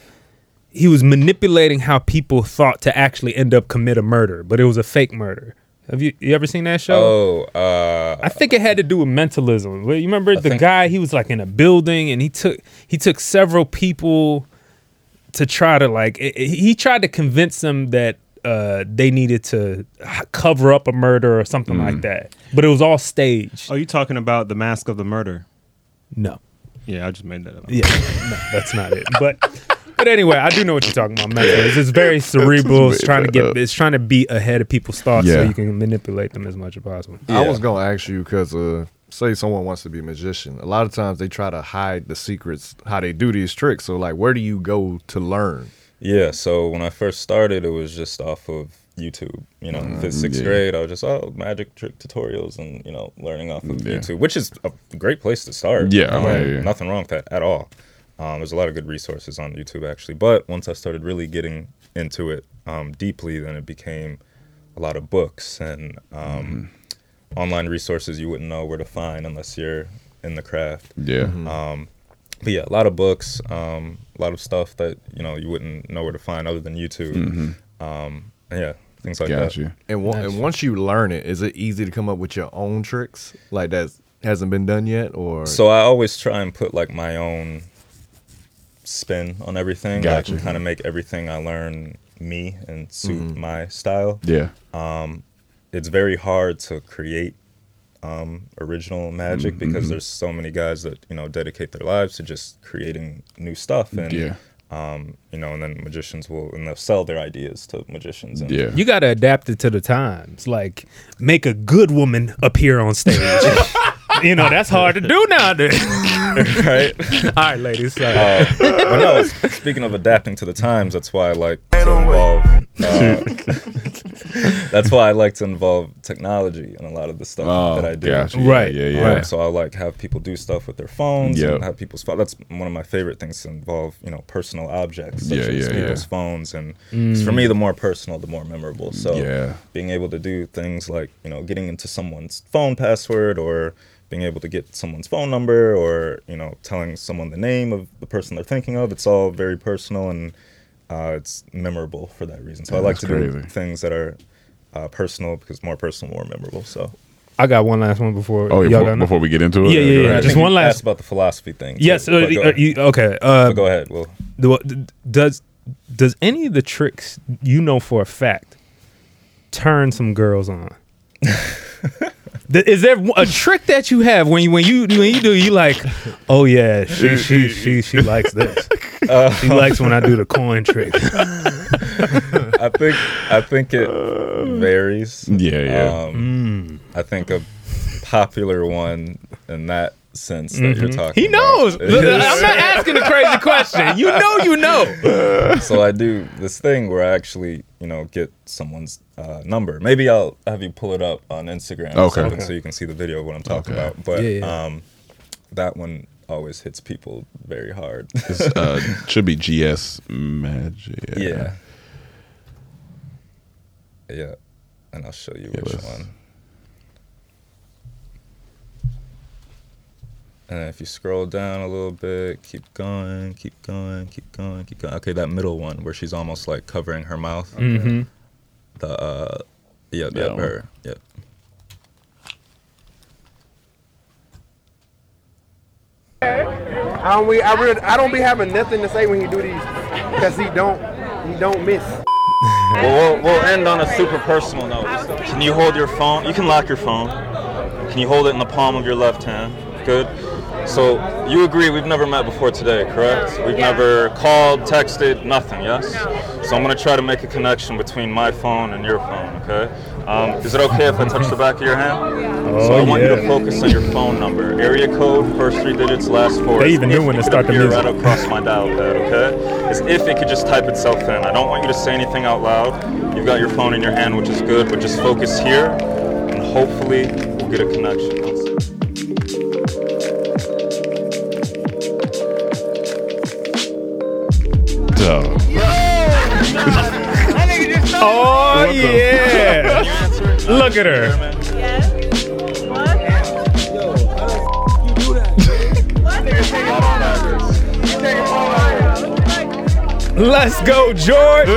he was manipulating how people thought to actually end up commit a murder, but it was a fake murder. Have you you ever seen that show? Oh, uh, I think it had to do with mentalism. Well, You remember the guy? He was like in a building, and he took he took several people to try to like i- i- he tried to convince them that uh, they needed to h- cover up a murder or something Hmm. like that. But it was all staged. Are Oh, you talking about the mask of the murder? No. Yeah, I just made that up. Yeah, no, that's not it. But but anyway, I do know what you're talking about. Mentalism. It's very cerebral. It's trying to get it's trying to be ahead of people's thoughts so Yeah. you can manipulate them as much as possible. I was gonna ask you because uh, say someone wants to be a magician. A lot of times they try to hide the secrets how they do these tricks. So like, where do you go to learn? Yeah, so when I first started, it was just off of YouTube. You know, Mm, Uh, fifth, sixth yeah. grade, I was just oh magic trick tutorials and you know learning off of Yeah. YouTube, which is a great place to start. Yeah, Um, yeah, yeah. nothing wrong with that at all. Um, there's a lot of good resources on YouTube actually, but once I started really getting into it um, deeply, then it became a lot of books and Mm-hmm. um, online resources you wouldn't know where to find unless you're in the craft. Yeah. Mm-hmm. Mhm. Um, but yeah, a lot of books, um, a lot of stuff that you know you wouldn't know where to find other than Mm-hmm. YouTube. Um, and yeah, things like that. And, wa- and once you learn it, is it easy to come up with your own tricks like that hasn't been done yet? Or So I always try and put like my own spin on everything. Gotcha. Like, kind of make everything I learn me and suit Mm-hmm. Mhm. my style. Yeah. Um, it's very hard to create um, original magic Mm-hmm. Mhm, because mhm. there's so many guys that you know dedicate their lives to just creating new stuff and Yeah. um, you know, and then magicians will and they'll sell their ideas to magicians. And You got to adapt it to the times. Like, make a good woman appear on stage. you know, that's hard to do nowadays. right? All right, ladies. Sorry. Uh, but no, s- speaking of adapting to the times, that's why I like to involve. uh, that's why I like to involve technology in a lot of the stuff Oh, that I do. gotcha. Yeah, Right. yeah, yeah. Um, so I like have people do stuff with their phones Yep. and have people's phones. That's one of my favorite things to involve, you know, personal objects such Yeah, as yeah, yeah. people's phones. And 'cause for Mm. me, the more personal, the more memorable. So Yeah. being able to do things like you know getting into someone's phone password or being able to get someone's phone number or you know telling someone the name of the person they're thinking of it's all very personal and uh, it's memorable for that reason so i Yeah, like that's to do crazy. things that are uh, personal because more personal more memorable so I got one last one before. Oh, yeah, y'all before- got no- before we get into it? Yeah, Yeah, yeah, go yeah. ahead. Just You one asked last. about the philosophy thing Yes. too, uh, but go uh, ahead. you, okay. But Uh, go ahead will the what- does does any of the tricks you know for a fact turn some girls on? Th- Is there a trick that you have when you when you when you do you like? Oh yeah, she she she she likes this. she likes when I do the coin trick. I think I think it varies. Yeah, yeah. Um, I think a popular one in that sense that you're Mhm. talking. He knows. about Look, is- uh, I'm not asking a crazy question. You know, you know. so I do this thing where I actually, you know, get someone's uh, number. Maybe I'll have you pull it up on Instagram or Okay. something Okay. so you can see the video of what I'm talking Okay. about. But Yeah, yeah. um that one always hits people very hard. It's, uh, should be GS Magic. yeah. Yeah. And I'll show you which one. And if you scroll down a little bit, keep going, keep going, keep going, keep going. Okay, that middle one where she's almost like covering her mouth. Mhm. The uh yep, Mm-hmm. That yep, one. her. Yep. I don't, be, I, really, I don't be having nothing to say when he do these, cause he don't, he don't miss. Well, we'll, we'll end on a super personal note. Can you hold your phone? You can lock your phone. Can you hold it in the palm of your left hand? Good. So you agree we've never met before today, correct? We've never called, texted, nothing, yes? So I'm gonna try to make a connection between my phone and your phone, okay? Um, is it okay if I touch the back of your hand? so I Oh, want you to yeah. focus on your phone number, area code, first three digits, last four. They even knew when to start the You're music. right across my dial pad, okay? As if it could just type itself in. I don't want you to say anything out loud. You've got your phone in your hand, which is good, but just focus here, and hopefully we'll get a connection. Dog. Oh yeah. Look at her. Let's go, George.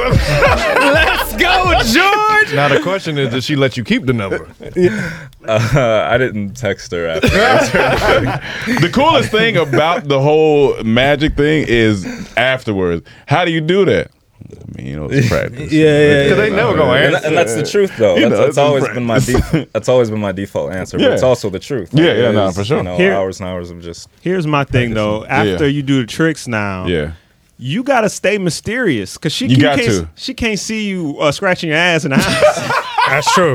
Let's go, George. Now the question is, did she let you keep the number? Uh, I didn't text her after. the coolest thing about the whole magic thing is afterwards. How do you do that? I mean, you know, it's practice. yeah, they never gonna And- answer. And, that's the truth, though. You That's, know, that's it's always practice. been my def that's always been my default answer. But Yeah. it's also the truth. Yeah, yeah, It nah, is, for sure. You know, Here- hours and hours of just Here's my thing though. Yeah. After you do the tricks now, Yeah. you gotta stay mysterious because she You you got can't, to. she can't see you uh, scratching your ass in the house. That's true.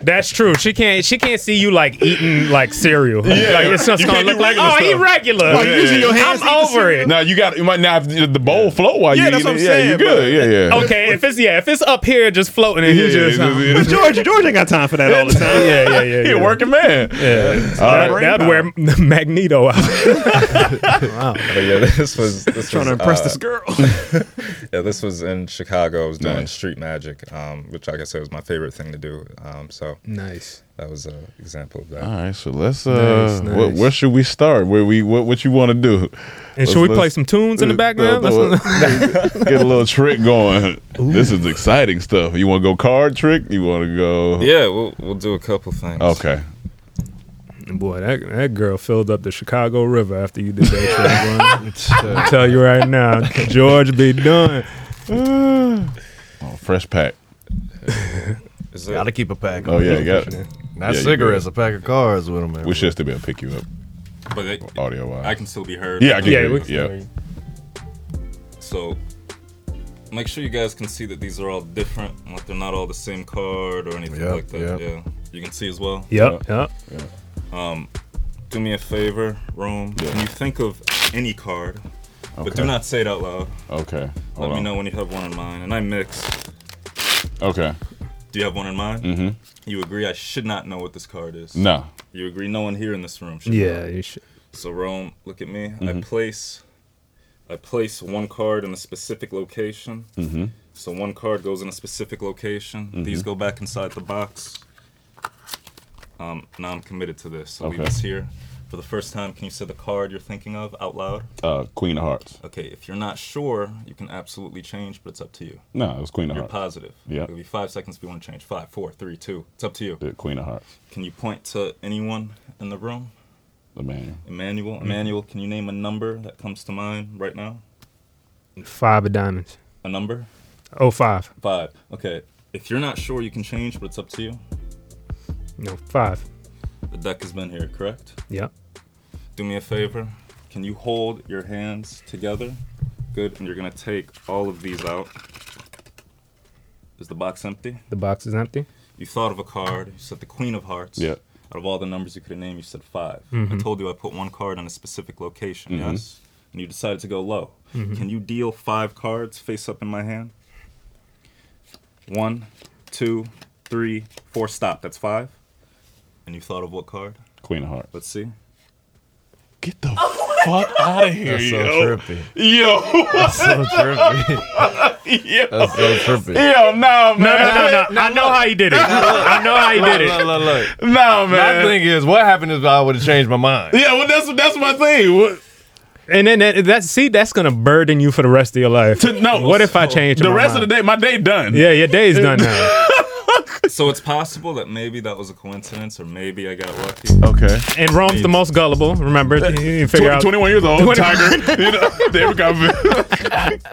That's true. She can't. She can't see you like eating like cereal. Yeah. like, it's just You gonna can't look do like regular oh, he stuff. regular. Like, using your hands to eat I'm over it. No, you got you might not have the bowl flow while Yeah, you that's eat what it. I'm yeah, saying, you good. Yeah, yeah. Okay, if it's yeah, if it's up here just floating and Yeah, you yeah, just yeah, yeah. But George, George ain't got time for that all the time. yeah, yeah, yeah. He a yeah. working man. Yeah, All that, right. that'd wear Magneto out. But yeah, this was this Trying was, to impress this girl. yeah, this was in Chicago. I was doing street magic, um, which, like I said, was my favorite thing to do. Um, so nice. That was an example of that. All right, so let's. Uh, Nice, What, nice. where should we start? Where we what, what you want to do? And should we play some tunes uh, in the background? throw- throw- get a little trick going. This is exciting stuff. You want to go card trick? You want to go? Yeah, we'll we'll do a couple things. Okay. Boy, that that girl filled up the Chicago River after you did that trick. Run. I tell you right now, George be done. Oh, fresh pack. Gotta keep a pack. Oh yeah, you got it. Not Yeah, you cigarettes, good. a pack of cards with them. We should still be able to pick you up. But it, audio wise, I can still be heard. Yeah, I can Yeah, hear we you. can still Yeah. So make sure you guys can see that these are all different, like they're not all the same card or anything Yep, like that. Yeah, you can see as well. Yep, yep. Um, do me a favor, Rome. Can you think of any card, but do Okay. not say it out loud. Okay. Let hold me on. know when you have one in mind, and I mix. Okay. Do you have one in mind? Mhm. You agree I should not know what this card is. No. You agree no one here in this room should. Yeah, know. you should. So Rome, look at me. I Mhm. place I place one card in a specific location. Mhm. So one card goes in a specific location. These Mhm. go back inside Uh, the box. Um, now I'm committed to this. So leave Okay. us here. For the first time, can you say the card you're thinking of out loud? Uh, Queen of Hearts. Okay, if you're not sure, you can absolutely change, but it's up to you. No, it was Queen of You're Hearts. positive. Yeah. It'll be five seconds if you want to change. Five, four, three, two. It's up to you. The Queen of Hearts. Can you point to anyone in the room? The man. Emmanuel. Emmanuel, can you name a number that comes to mind right now? Five of diamonds. A number? Oh five. Five. Okay. If you're not sure, you can change, but it's up to you. No, five. The deck has been here, correct? Yep. Do me a favor. Can you hold your hands together? Good. And you're going to take all of these out. Is the box empty? The box is empty. You thought of a card. You said the Queen of Hearts. Yeah. Out of all the numbers you could have named, you said 5 I Mm-hmm. Mhm. told you I put one card on a specific location. Mhm. Yes. And you decided to go low. Mm-hmm. Mhm. Can you deal five cards face up in my hand? One, two, three, four. Stop. That's five. And you thought of what card? Queen of Hearts. Let's see. Fuck out of here, That's so yo. trippy. Yo. That's so trippy. yo. That's so trippy. Yo, no, man. No, no, no, no. I know how you did it. I know how you did it. Look, look, look. My No, man. thing is, what happened if I would have changed my mind? Yeah, well, that's that's my thing. What? And then that, that's see, that's gonna burden you for the rest of your life. no. What if I change The my rest mind? of the day, my day done. Yeah, your day's done now. so it's possible that maybe that was a coincidence, or maybe I got lucky. Okay. And Rome's the most gullible. Remember, you can figure Tw- out. 21 years Oh, old, tiger. You know, there we go.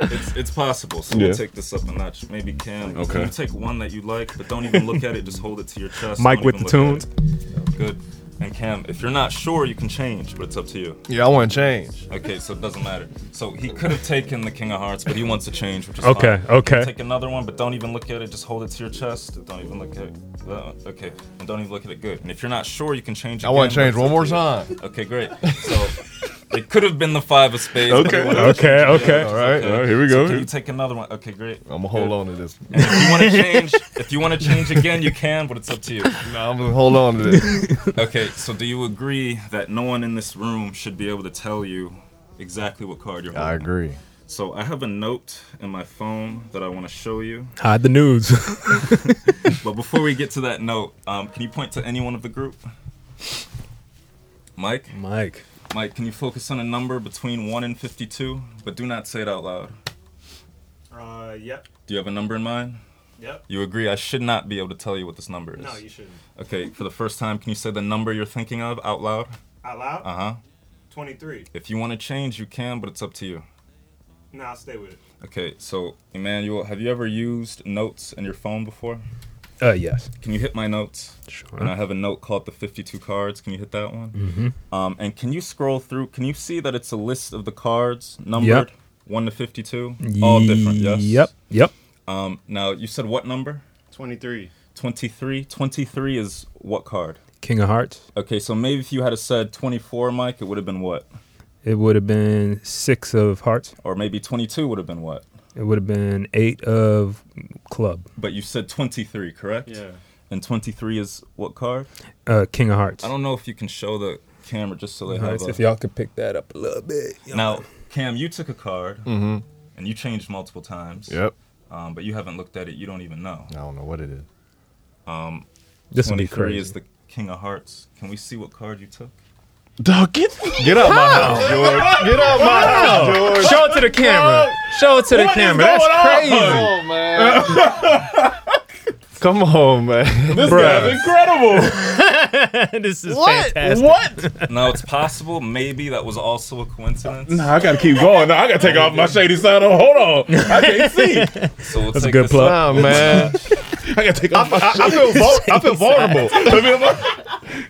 It's, it's possible. So Yeah. we'll take this up a notch. Maybe Cam. Okay. Can you take one that you like, but don't even look at it. Just hold it to your chest. Mike Don't with even the look at it. Good. And Cam, if you're not sure, you can change, but it's up to you. Yeah, I want to change. Okay, so it doesn't matter. So he could have taken the King of Hearts, but he wants to change, which is Okay, fine. okay. You Take another one, but don't even look at it. Just hold it to your chest. Don't even look at it. Well, Okay, and don't even look at it. Good. And if you're not sure, you can change. I wanna again, but change it's one up more to you. time. Okay, great. So it could have been the Five of Spades. but Okay, he wanted to okay, change it. okay. Yeah, All right, okay. all right, here we So go. can you take another one? Okay, great. I'm gonna hold on to this. And if you want to change, if you want to change again, you can, but it's up to you. No, I'm gonna hold on to this. Okay, so do you agree that no one in this room should be able to tell you exactly what card you're holding? I agree. So I have a note in my phone that I want to show you. Hide the nudes. but before we get to that note, um, can you point to anyone of the group? Mike? Mike. Mike, can you focus on a number between 1 and 52? But do not say it out loud. Uh, yep. Do you have a number in mind? Yep. You agree I should not be able to tell you what this number is. No, you shouldn't. Okay, for the first time, can you say the number you're thinking of out loud? Out loud? Uh huh. 23. If you want to change, you can, but it's up to you. Nah, I'll stay with it. Okay, so Emmanuel, have you ever used notes in your phone before? Uh, yes. Can you hit my notes? Sure. And I have a note called the 52 cards. Can you hit that one? Mhm. Um, and can you scroll through? Can you see that it's a list of the cards numbered Yep. 1 to 52? All different, yes? Yep. Yep. Um, now, you said what number? 23. 23. 23 is what card? King of Hearts. Okay, so maybe if you had said 24, Mike, it would have been what? It would have been six of hearts. Or maybe 22 would have been what? It would have been eight of club. But you said 23, correct? Yeah. And 23 is what card? Uh, King of Hearts. I don't know if you can show the camera just so they Hearts, have a... if y'all could pick that up a little bit. Now, Cam, you took a card Mhm. and you changed multiple times. Yep. Um, but you haven't looked at it. You don't even know. I don't know what it is. Um, This'll be 23 crazy. is the King of Hearts. Can we see what card you took? Dog, get Get out my house, George. Get out my house, Wow. George. Show it to the camera. Show it to the What is camera. That's going on? crazy. Oh, Come on, man. This guy's incredible. this is What? fantastic. What? now it's possible. Maybe that was also a coincidence. Nah, I gotta keep going. Nah, I gotta take off my shady side. On. Hold on, I can't see. So we'll That's a take good this plug. one. Nah, man. I gotta take off. I, I- I feel vul- I feel vulnerable. I feel vul-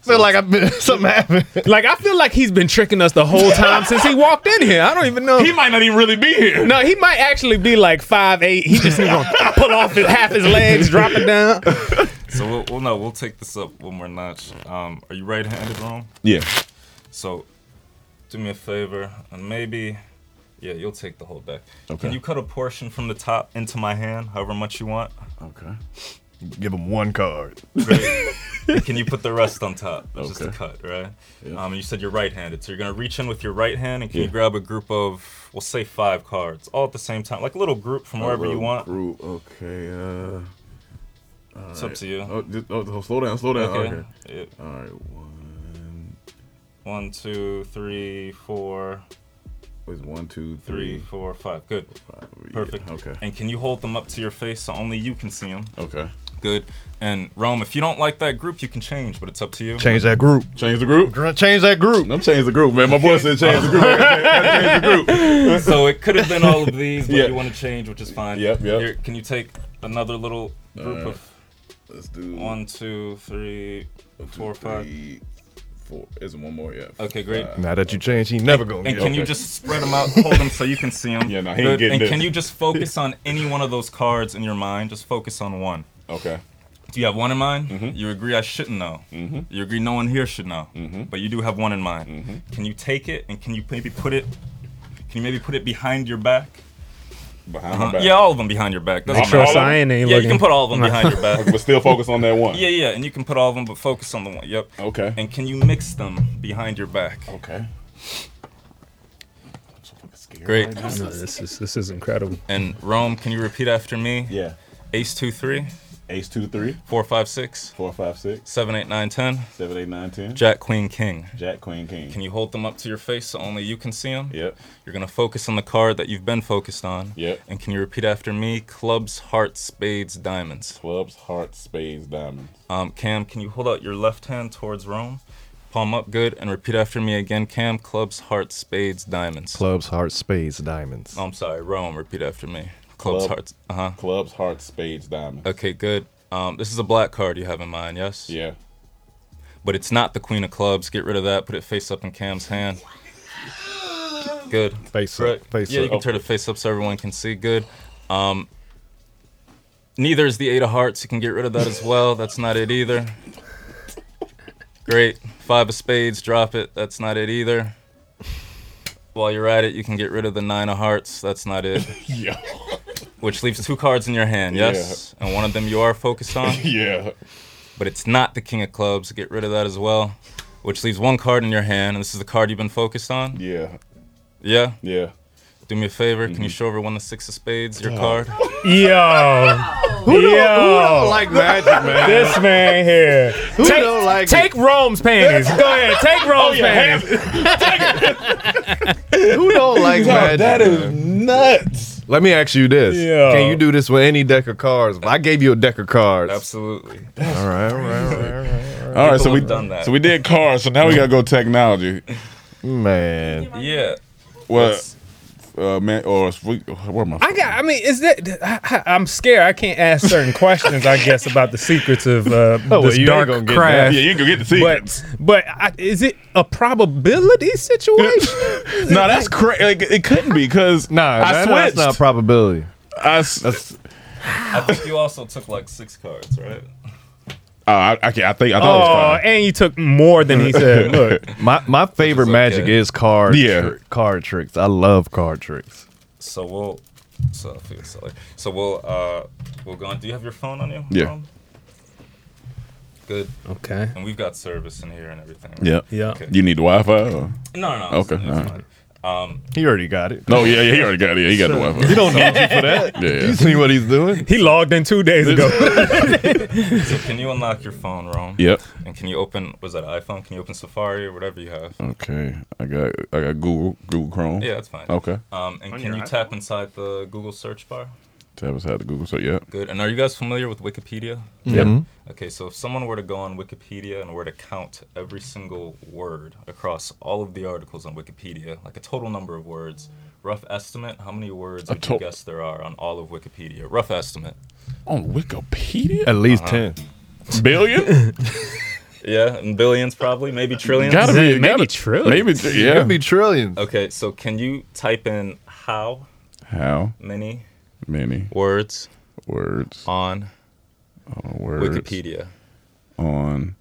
feel like I've been something happened. Like I feel like he's been tricking us the whole time since he walked in here. I don't even know. He might not even really be here. No, he might actually be like five eight. He just gonna pull off his, half his legs, drop it down. So we'll, we'll no, we'll take this up one more notch. Um, are you right-handed, Rome? Yeah. So, do me a favor, and maybe, yeah, you'll take the whole deck. Okay. Can you cut a portion from the top into my hand, however much you want? Okay. Give him one card. Great. And can you put the rest on top? It's just a Okay. cut, right? Um, you said you're right-handed, so you're gonna reach in with your right hand, and can Yeah. you grab a group of, we'll say five cards, all at the same time, like a little group from wherever you want. Oh, Group. Okay. Uh, It's up to you. Oh, just, oh, oh, slow down. Slow down. Okay. All right. One. One, two, three, four. Wait, one, two, three, three. four, five. Good. yeah, Perfect. okay. And can you hold them up to your face so only you can see them? Okay. Good. And Rome, if you don't like that group, you can change, but it's up to you. Change that group. Change the group. Change that group. I'm change the group, man. My boy said change the group. so it could have been all of these, but you want to change, which is fine. Yep, yep. Here, can you take another little group Alright. of? Let's do one, two, three, four, five. Three, four. Is it one more? Yeah. Okay, great. Five. Now that you change, he never gonna. And get can you okay. just spread them out, hold them so you can see them? Yeah, no, he ain't Good. getting And this. can you just focus on any one of those cards in your mind? Just focus on one. Okay. Mm-hmm. Do you have one in mind? You agree I shouldn't know. You agree no one here should know. Mm-hmm. But you do have one in mind. Can you take it and can you maybe put it? Can you maybe put it behind your back? Behind Uh-huh. my back. Yeah, all of them behind your back. Doesn't Make sure matter. Cyan ain't Yeah, looking. you can put all of them behind your back. But still focus on that one. Yeah, yeah, and you can put all of them, but focus on the one. Yep. Okay. And can you mix them behind your back? Okay. Great. No, this is this is incredible. And Rome, can you repeat after me? Yeah. Ace two three. Ace two three. Four five six. Four five six. Seven eight nine ten. Seven, eight, nine, ten. Jack queen king. Jack queen king. Can you hold them up to your face so only you can see them? Yep. You're gonna focus on the card that you've been focused on. Yep. And can you repeat after me? Clubs, hearts, spades, diamonds. Clubs, hearts, spades, diamonds. Um, Cam, can you hold out your left hand towards Rome? Palm up, good, and repeat after me again. Cam, clubs, hearts, spades, diamonds. Clubs, hearts, spades, diamonds. I'm sorry, Rome. Repeat after me. Clubs, Club- hearts. Uh huh. Clubs, hearts, spades, diamonds. Okay, good. Um, this is a black card you have in mind, yes? Yeah. But it's not the Queen of Clubs. Get rid of that. Put it face up in Cam's hand. Good. Face up, Correct. face yeah, you up. can turn it face up so everyone can see. Good. Um, neither is the Eight of Hearts. You can get rid of that as well. That's not it either. Great. Five of Spades. Drop it. That's not it either. While you're at it, you can get rid of the Nine of Hearts. That's not it. Yeah. Which leaves two cards in your hand, yes? And one of them you are focused on? yeah. But it's not the King of Clubs. Get rid of that as well. Which leaves one card in your hand, and this is the card you've been focused on? Yeah. Yeah? Yeah. Mm-hmm. Do me a favor. Can you show everyone the Six of Spades, your Oh. card? Yo. Who Yo. don't- who don't like magic, man? This man here. Who take, don't like Take Rome's panties. Go ahead. Take Oh, Rome's panties. Who don't like Yo, magic? that is man? nuts. Let me ask you this. Yeah. Can you do this with any deck of cards? If I gave you a deck of cards. Absolutely. All right, all right, all right, all right. All right, so People we have done that. so we did cars. So now we gotta go technology. Man, Yeah. well, uh, man, or if we- where am I? I got. I mean, is that? I, I- I'm scared. I can't ask certain questions. I guess about the secrets of uh, Oh, well, this you ain't dark gonna get that. craft. Yeah, you ain't gonna get the secrets. But, but I, is it a probability situation? no, that's crazy. Like, it couldn't be because nah, I that- switched. that's not probability. I s- I think you also took like six cards, right? Oh, I, I, can't- I think I thought it was Oh, five. and you took more than he said. Look, my my favorite magic is card Yeah. yeah. card tricks. I love card tricks. So we'll. So I feel so. Like, so we'll. Uh, we'll go. On. Do you have your phone on you? Yeah. Ron? Good. Okay. And we've got service in here and everything. right? Yeah. Okay. You need Wi Fi? No, No, no, no. Okay. It's- all right. Um, He already got it. No, yeah, yeah, he already got it. Yeah, he got the Wi Fi. He don't need you for that. Yeah. You see what he's doing? He logged in two days ago. so can you unlock your phone, Rome? Yep. And can you open? Was that iPhone? Can you open Safari or whatever you have? Okay, I got I got Google Google Chrome. Yeah, that's fine. Okay, Um, and On can your you tap inside the Google search bar? that was how the Google. So yeah, Good. And are you guys familiar with Wikipedia? Yep. Mhm. Okay, so if someone were to go on Wikipedia and were to count every single word across all of the articles on Wikipedia, like a total number of words, rough estimate, how many words would you guess there are on all of Wikipedia? Rough estimate. on Wikipedia, At least Uh-huh. 10 billion. Yeah, and billions probably, maybe trillions. Gotta be- Maybe gotta- trillions. maybe tr- yeah. Could be trillions. Okay, so can you type in how how many many words words on on words Wikipedia? on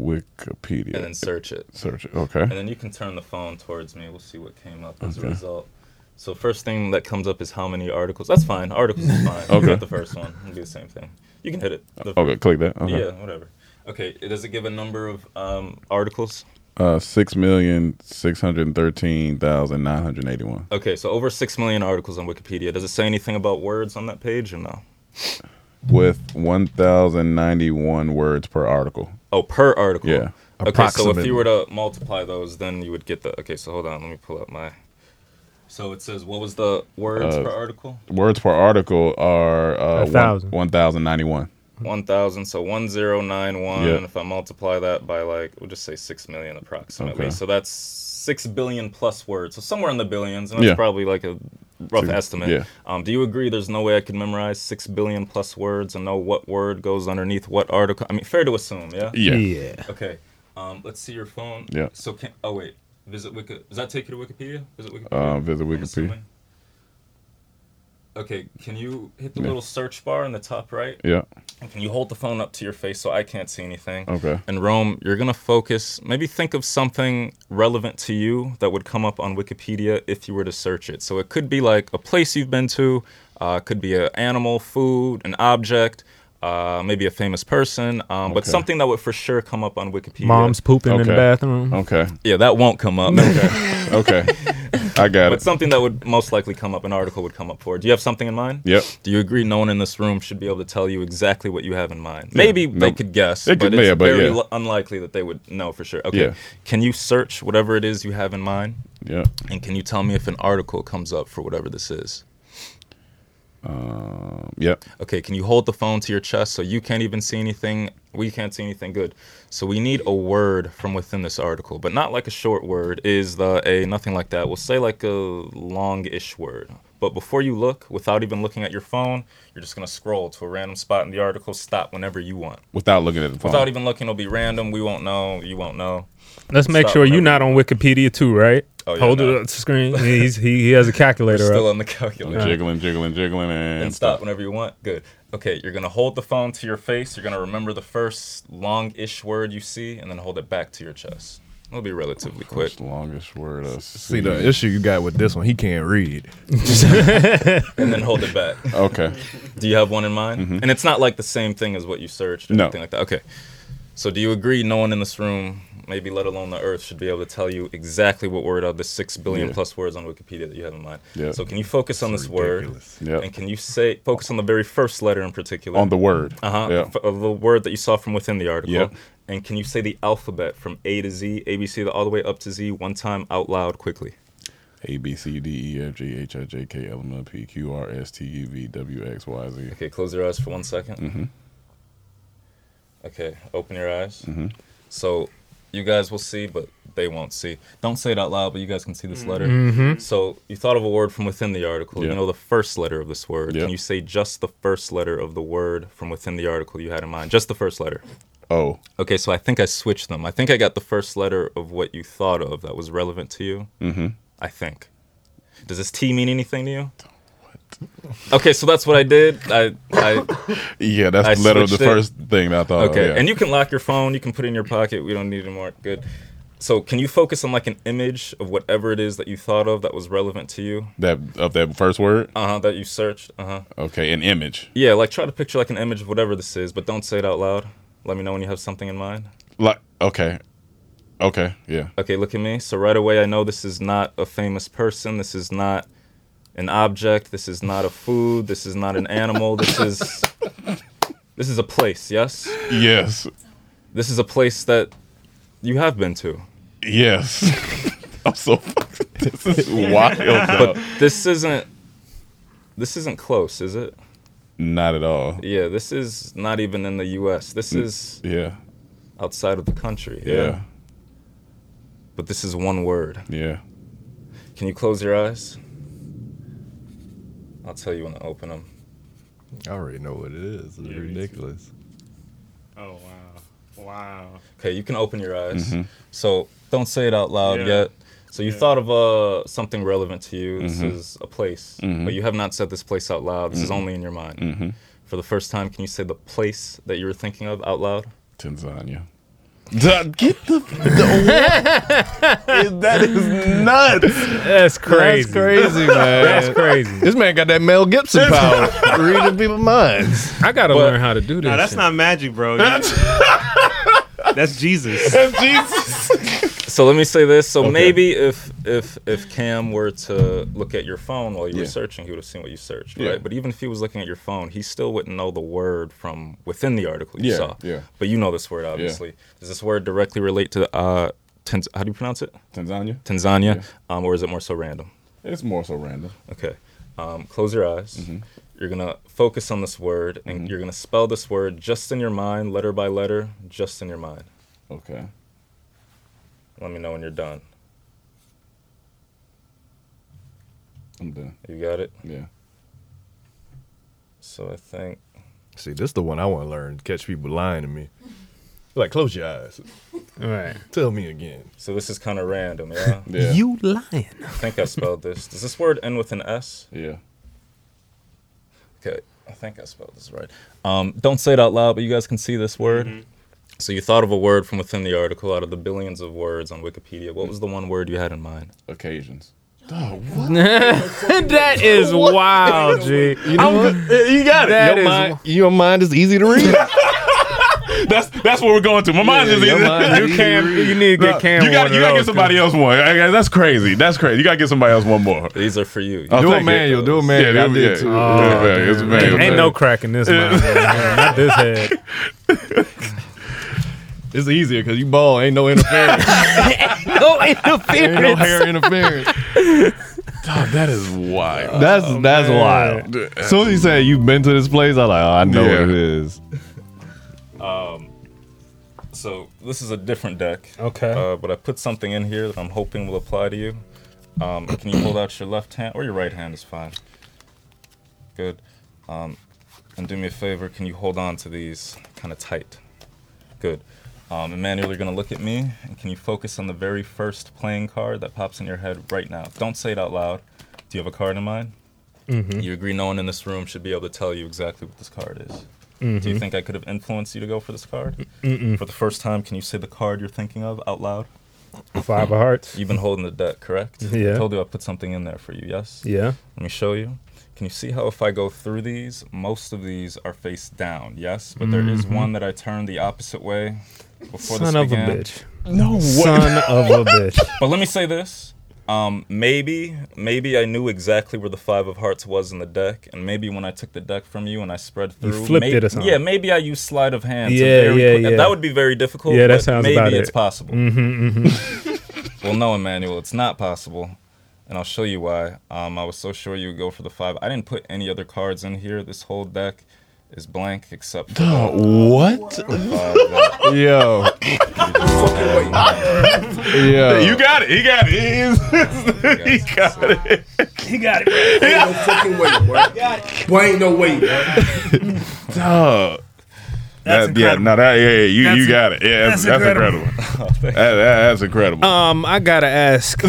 Wikipedia And then search it. Search it. Okay. And then you can turn the phone towards me. We'll see what came up as a Okay. result. So first thing that comes up is how many articles. That's fine. Articles is fine. You Okay. got the first one. It'll be the same thing. You can hit it. The- Okay, click that. Okay. Yeah, whatever. Okay, it- does it give a number of um, articles? Uh, six million six hundred thirteen thousand nine hundred eighty-one. Okay, so over 6 million articles on Wikipedia. Does it say anything about words on that page or no? with one thousand ninety-one words per article. Oh, per article. Yeah. Okay, so if you were to multiply those, then you would get the. Okay, so hold on. Let me pull up my. So it says, what was the words Uh, per article? Words per article are uh, A thousand. one thousand ninety-one. 1,000, so 1091. Yeah. If I multiply that by like, we'll just say 6 million approximately. Okay. So that's 6 billion plus words. So somewhere in the billions, and that's Yeah. probably like a rough Six- estimate. yeah. Um, do you agree there's no way I could memorize 6 billion plus words and know what word goes underneath what article? I mean, fair to assume, yeah? Yeah. Yeah. Okay. Um, let's see your phone. Yeah. So can, oh wait, visit Wiki. Does that take you to Wikipedia? Visit Wikipedia. Uh, visit I'm Wikipedia. assuming. Okay, can you hit the Yeah. little search bar in the top right? Yeah. And Can you hold the phone up to your face so I can't see anything? Okay. And Rome, you're gonna focus. Maybe think of something relevant to you that would come up on Wikipedia if you were to search it. So it could be like a place you've been to. Uh, it could be an animal, food, an object. Uh, maybe a famous person, um, but Okay. something that would for sure come up on Wikipedia. Mom's pooping in the bathroom. Okay. Yeah, that won't come up. Okay. okay. I got but it. something that would most likely come up, an article would come up for. it. Do you have something in mind? Yep. Do you agree no one in this room should be able to tell you exactly what you have in mind? Yeah, Maybe no. they could guess, They could- but it's yeah, but very yeah. li- unlikely that they would know for sure. Okay. Yeah. Can you search whatever it is you have in mind? Yeah. And can you tell me if an article comes up for whatever this is? Um, yep. Okay, can you hold the phone to your chest so you can't even see anything? We can't see anything good. So we need a word from within this article, but not like a short word. Is the a nothing like that? We'll say like a long-ish word. But before you look, without even looking at your phone, you're just gonna scroll to a random spot in the article. Stop whenever you want. Without looking at the phone. Without even looking, it'll be random. We won't know. You won't know. Let's make Stop sure you're whenever- not on Wikipedia too, right? Oh, yeah, Hold no. it up to screen. He's, he he has a calculator. We're still up. on the calculator. All right. jiggling, jiggling, jiggling, and, and stop whenever you want. Good. Okay, you're gonna hold the phone to your face. You're gonna remember the first long-ish word you see, and then hold it back to your chest. It'll be relatively quick. First longest word I see. See the issue you got with this one, he can't read. and then hold it back. Okay. Do you have one in mind? Mm-hmm. Mhm. And it's not like the same thing as what you searched or No. anything like that. Okay. So do you agree no one in this room, maybe let alone the earth, should be able to tell you exactly what word of the six billion Yeah. plus words on Wikipedia that you have in mind? Yeah. So can you focus on this word? Yeah. And can you say focus on the very first letter in particular? On the word. Uh-huh. Yeah. F- Of the word that you saw from within the article. Yeah. And can you say the alphabet from A to Z, A B C all the way up to Z one time out loud quickly? A B C D E F G H I J K L M N P Q R S T U V W X Y Z. Okay, close your eyes for one second. Mm-hmm. Mhm. Okay, open your eyes. Mm-hmm. Mhm. So you guys will see, but they won't see. Don't say it out loud, but you guys can see this letter. Mhm. So you thought of a word from within the article. Yeah. You know the first letter of this word. Yeah. Can you say just the first letter of the word from within the article you had in mind? Just the first letter. Oh. Okay, so I think I switched them. I think I got the first letter of what you thought of that was relevant to you. Mhm. I think. Does this T mean anything to you? Okay, so that's what I did. I, I Yeah, that's I literally the switched it. first thing that I thought of, Okay, yeah. and you can lock your phone. You can put it in your pocket. We don't need it anymore. Good. So, can you focus on like an image of whatever it is that you thought of that was relevant to you? That of that first word. Uh huh. That you searched. Uh huh. Okay, an image. Yeah, like try to picture like an image of whatever this is, but don't say it out loud. Let me know when you have something in mind. Like okay, okay, yeah. Okay, look at me. So right away, I know this is not a famous person. This is not an object. This is not a food. This is not an animal. This is this is a place. Yes. Yes. This is a place that you have been to. Yes. I'm so. This is wild. But though. this isn't. This isn't close, is it? Not at all. Yeah, this is not even in the U.S. This Mm, is yeah. outside of the country. Yeah. But this is one word. Yeah. Can you close your eyes? I'll tell you when to open them. I already know what it is. It's ridiculous. Oh wow, wow. Okay, you can open your eyes. Mm-hmm. Mhm. So don't say it out loud Yeah. yet. So you thought of uh, something relevant to you. This Mhm. is a place, Mhm. but you have not said this place out loud. This is Mhm. only in your mind. Mhm. For the first time, can you say the place that you were thinking of out loud? Tanzania. Da- Get the, the- that is nuts. That's crazy. That's crazy, man. That's crazy. This man got that Mel Gibson power. Reading people's minds. I gotta But- learn how to do this. Nah, that's shit. not magic, bro. that's Jesus. So let me say this. So Okay. maybe if if if Cam were to look at your phone while you were Yeah. searching, he would have seen what you searched, Yeah. right? But even if he was looking at your phone, he still wouldn't know the word from within the article you Yeah, saw. yeah. But you know this word obviously. Does this word directly relate to uh Tanz- how do you pronounce it? Tanzania. Tanzania, um, or is it more so random? It's more so random. Mm-hmm. Okay. Um, close your eyes. You're gonna focus on this word, and you're gonna spell this word just in your mind, letter by letter, just in your mind. Okay. Let me know when you're done. I'm done. You got it. Yeah. So I think. See, this the one I want to learn. Catch people lying to me. Like, close your eyes. All right. Tell me again. So this is kind of random, yeah. Yeah. You lying. I think I spelled this. Does this word end with an S? Yeah. Okay, I think I spelled this right. Um, don't say it out loud, but you guys can see this word. Mm-hmm. So you thought of a word from within the article out of the billions of words on Wikipedia. What was the one word you had in mind? Occasions. that is wild, G. You know I'm- what? You got it. That your, is mind, your mind is easy to read. That's that's what we're going to. My mind's just your easy. mind is easy to read. No, You got you got to get somebody else one. I- I- That's crazy. That's crazy. You got to get somebody else one more. These are for you. Oh, Do a thank you. manual, do a manual. Yeah, I do- did yeah. too. Yeah, Oh, yeah, it's a manual, Ain't manual. no crack in this mind, man. Not this head. It's easier because you ball ain't no interference. no ain't no hair interference. Dog, that is wild. That's that's wild. As soon as you say you've been to this place, I'm like, oh, I know Yeah. what it is. Um, so this is a different deck. Okay. Uh, but I put something in here that I'm hoping will apply to you. Um, can you hold out your left hand or your right hand is fine. Good. Um, and do me a favor. Can you hold on to these kind of tight? Good. Um, Emmanuel, you're gonna look at me, and can you focus on the very first playing card that pops in your head right now? Don't say it out loud. Do you have a card in mind? Mhm. You agree no one in this room should be able to tell you exactly what this card is. Do you Mhm. think I could have influenced you to go for this card? Mm-mm. For the first time, can you say the card you're thinking of out loud? Five of hearts. You've been holding the deck, correct? Yeah. I told you I put something in there for you, yes? Yeah. Let me show you. Can you see how if I go through these, most of these are face down, yes? But there is Mm-hmm. Mhm. one that I turned the opposite way before Son this of a began. bitch. No way. Son of a bitch. But let me say this. Um, maybe, maybe I knew exactly where the five of hearts was in the deck, and maybe when I took the deck from you and I spread You through, flipped may- it or something. Yeah, maybe I used sleight of hand. to Yeah, very yeah, quick- yeah. That would be very difficult. Yeah, that but sounds maybe about Mm. it's it. possible. Mhm, mhm. well, no, Emmanuel, it's not possible. and I'll show you why. Um, I was so sure you would go for the five. I didn't put any other cards in here. This whole deck is blank except for what? Yo. Yeah. You got it. He got it. He, got it. He got it. Ain't no fucking way, bro. Boy, ain't no way, bro. Dog. That, yeah, no, that yeah, yeah you you got it. Yeah, that's, that's incredible. That- that- that's incredible. Uh, Um, I gotta ask.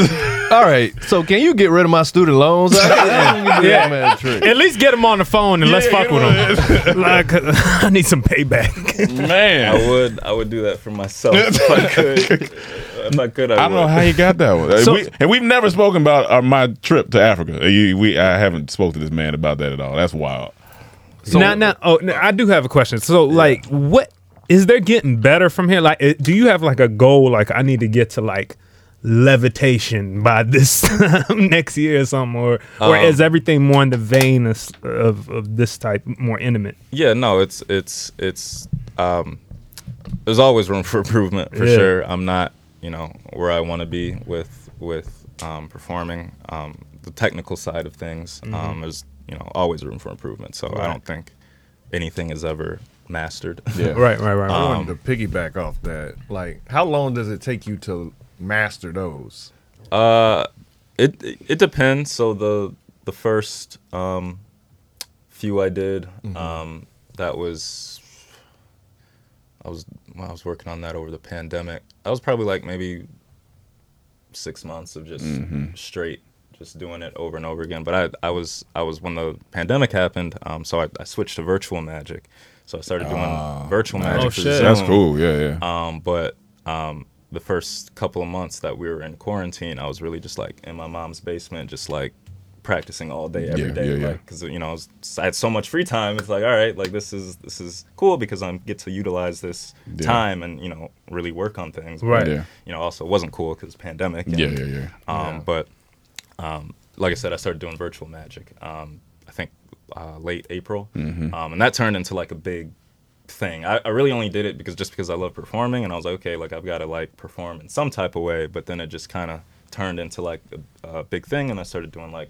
All right, so can you get rid of my student loans? yeah. Yeah. At least get him on the phone and let's Yeah, fuck with him. like, I need some payback. Man, I would I would do that for myself if I could. if I could, I, I don't know would. how you got that one. Uh, So- we, and we've never spoken about uh, my trip to Africa. Uh, You, we, I haven't spoke to this man about that at all. That's wild. So, now, now, oh, now, I do have a question. So, like, what is there getting better from here? Like, it- do you have like a goal? Like, I need to get to like levitation by this time next year or something, or or Um, is everything more in the vein of, of of this type, more intimate? Yeah, no, it's it's it's um there's always room for improvement for Yeah. sure. I'm not, you know, where I want to be with with um performing um the technical side of things. Mm-hmm. Mhm. Um there's, you know, always room for improvement. So I Right. don't think anything is ever mastered. I Um, wanted to piggyback off that. Like, how long does it take you to master those? Uh, it it depends. So the the first um, few I did, Mm-hmm. um, that was I was when I was working on that over the pandemic. That was probably like maybe six months of just Mm-hmm. Mhm. straight just doing it over and over again. But I I was I was when the pandemic happened, um, so I, I switched to virtual magic. So I started doing Ah, virtual nice. magic. Oh, through shit. That's Zoom. cool. Yeah, yeah. Um, but um, the first couple of months that we were in quarantine, I was really just like in my mom's basement, just like practicing all day every Yeah, day, yeah, yeah. like because you know I, was, I had so much free time. It's like all right, like this is this is cool because I get to utilize this Yeah. time and you know really work on things. But, Right. Yeah. You know, also it wasn't cool because pandemic. And, Yeah, yeah, yeah. Um, but um, like I said, I started doing virtual magic. Um, I think uh, late April, Mhm. um, and that turned into like a big thing. I, I really only did it because just because I love performing, and I was like, okay, like I've got to like perform in some type of way. But then it just kind of turned into like a, a big thing, and I started doing like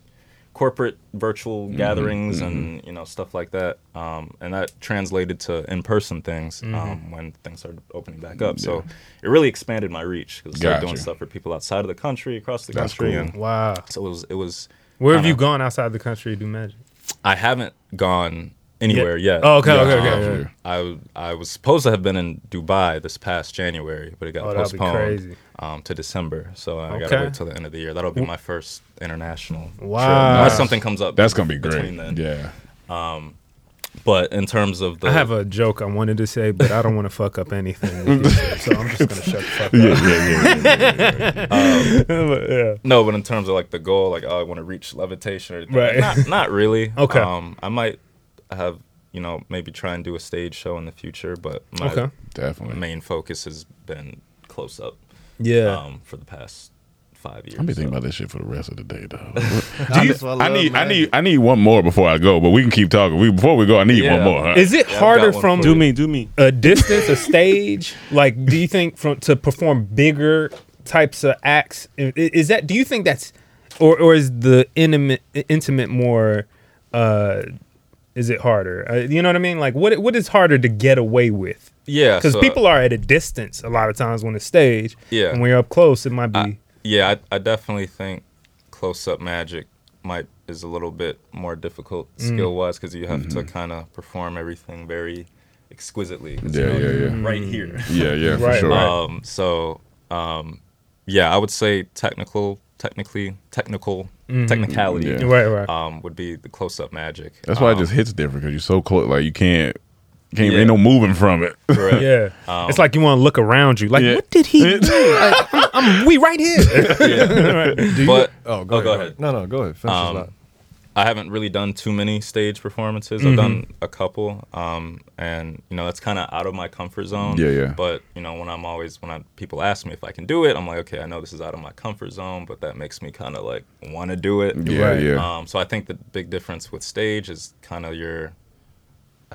corporate virtual Mhm, gatherings and you know stuff like that. Um, and that translated to in-person things um, Mhm. when things started opening back up. So it really expanded my reach because I started doing Gotcha. stuff for people outside of the country, across the That's country, cool. and wow. So it was it was. Where have kinda- you gone outside the country to do magic? I haven't gone anywhere yet. Oh, okay, okay, okay, yeah. I w- I was supposed to have been in Dubai this past January, but it got Oh, that'd be postponed crazy. Um, to December. So I Okay. gotta wait till the end of the year. That'll be my first international trip, Wow. unless something comes up. That's gonna be between great. Then. Yeah. Um, but in terms of the I have a joke I wanted to say, but I don't want to fuck up anything, so I'm just gonna shut the fuck up. Yeah, yeah, yeah, yeah, Um, No, but in terms of like the goal, like oh, I want to reach levitation or anything. Right. Like, not, not really. Okay. Um, I might have you know maybe try and do a stage show in the future, but my Okay. Definitely. main focus has been close up. Yeah. Um, for the past five years. I'm be thinking so. about this shit for the rest of the day, though. Do you- I, need, I need, I need one more before I go. But we can keep talking. We before we go, I need one more. huh? Is it harder from Do me, do me. a distance, a stage? Like, do you think from to perform bigger types of acts? i- Is that? Do you think that's, or or is the intimate intimate more? uh Is it harder? Uh, you know what I mean? Like, what what is harder to get away with? Yeah, because so- people are at a distance a lot of times on the stage. Yeah. and when you're up close, it might be. Yeah, I, I definitely think close up magic might is a little bit more difficult Mm. skill wise because you have Mm-hmm. to kind of perform everything very exquisitely. 'cause, you Yeah, know, yeah, you're yeah. Right Mm. here. Yeah, yeah, for Right, sure. right. Um, so, um, yeah, I would say technical, technically, technical, Mhm. technicality, Yeah. Right, right. Um, would be the close up magic. That's why Um, it just hits different because you're so close. Like you can't, can't Yeah. ain't no moving from it. Correct. Yeah, Um, it's like you want to look around you. Like, what did he do? Like, I'm, I'm- we right here. yeah. Do you- but oh, go ahead. No, no, go ahead. Finish this Um, up. I haven't really done too many stage performances. Mhm. Mm-hmm. I've done a couple, um, and you know that's kind of out of my comfort zone. Yeah, yeah. But you know when I'm always when I, people ask me if I can do it, I'm like, okay, I know this is out of my comfort zone, but that makes me kind of like want to do it. Yeah, Right. yeah. Um, so I think the big difference with stage is kind of your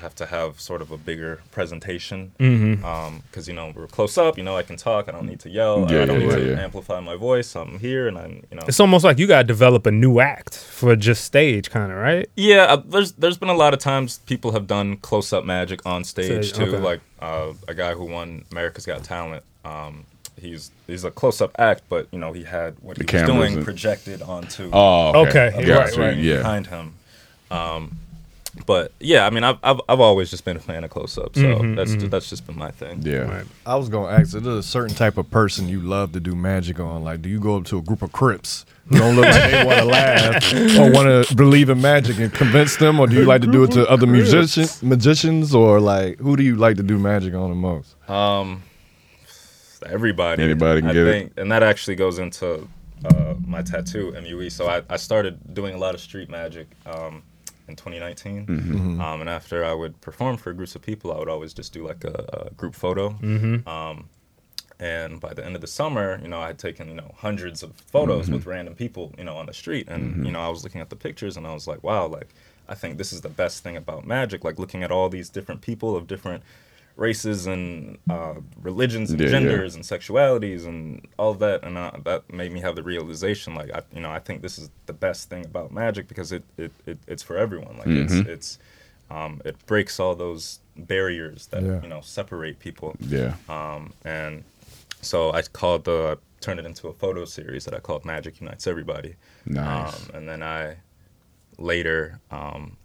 have to have sort of a bigger presentation Mm-hmm. Mhm. because you know we're close up. You know I can talk. I don't need to yell. Yeah, I don't yeah, need to yeah. amplify my voice. I'm here and I'm you know. It's almost like you gotta develop a new act for just stage, kind of right. Yeah, uh, there's there's been a lot of times people have done close up magic on stage Stage, too. okay. Like uh, a guy who won America's Got Talent. Um, he's he's a close up act, but you know he had what The he was cameras doing and- projected onto. Oh, okay. a Okay, right, person right. Yeah. Behind him. Um, but yeah, I mean, I've I've, I've always just been a fan of close up, so Mm-hmm, Mhm, that's mhm. that's just been my thing. I was gonna ask, is there a certain type of person you love to do magic on? Like, do you go up to a group of Crips who don't look like they want to laugh or want to believe in magic and convince them, or do you like to do it to other musician, magicians, or like who do you like to do magic on the most? Um, everybody. Anybody can I get it. think, And that actually goes into uh, my tattoo MUE. So I, I started doing a lot of street magic um, in 2019. Mm-hmm. Mhm. Um, and after I would perform for groups of people, I would always just do like a, a group photo. Mhm. Mm-hmm. Um, and by the end of the summer, you know, I had taken you know hundreds of photos Mhm. with random people, you know, on the street, and Mhm. you know, I was looking at the pictures and I was like, wow, like I think this is the best thing about magic, like looking at all these different people of different races and uh, religions and Yeah, yeah. genders and sexualities and all that, and uh, that made me have the realization, like, I, you know, I think this is the best thing about magic because it, it, it it's for everyone, like Mhm. it's it's um, it breaks all those barriers that Yeah. you know separate people. Yeah. Um, and so I called the turned it into a photo series that I called Magic Unites Everybody. Nice. Um, and then I later um,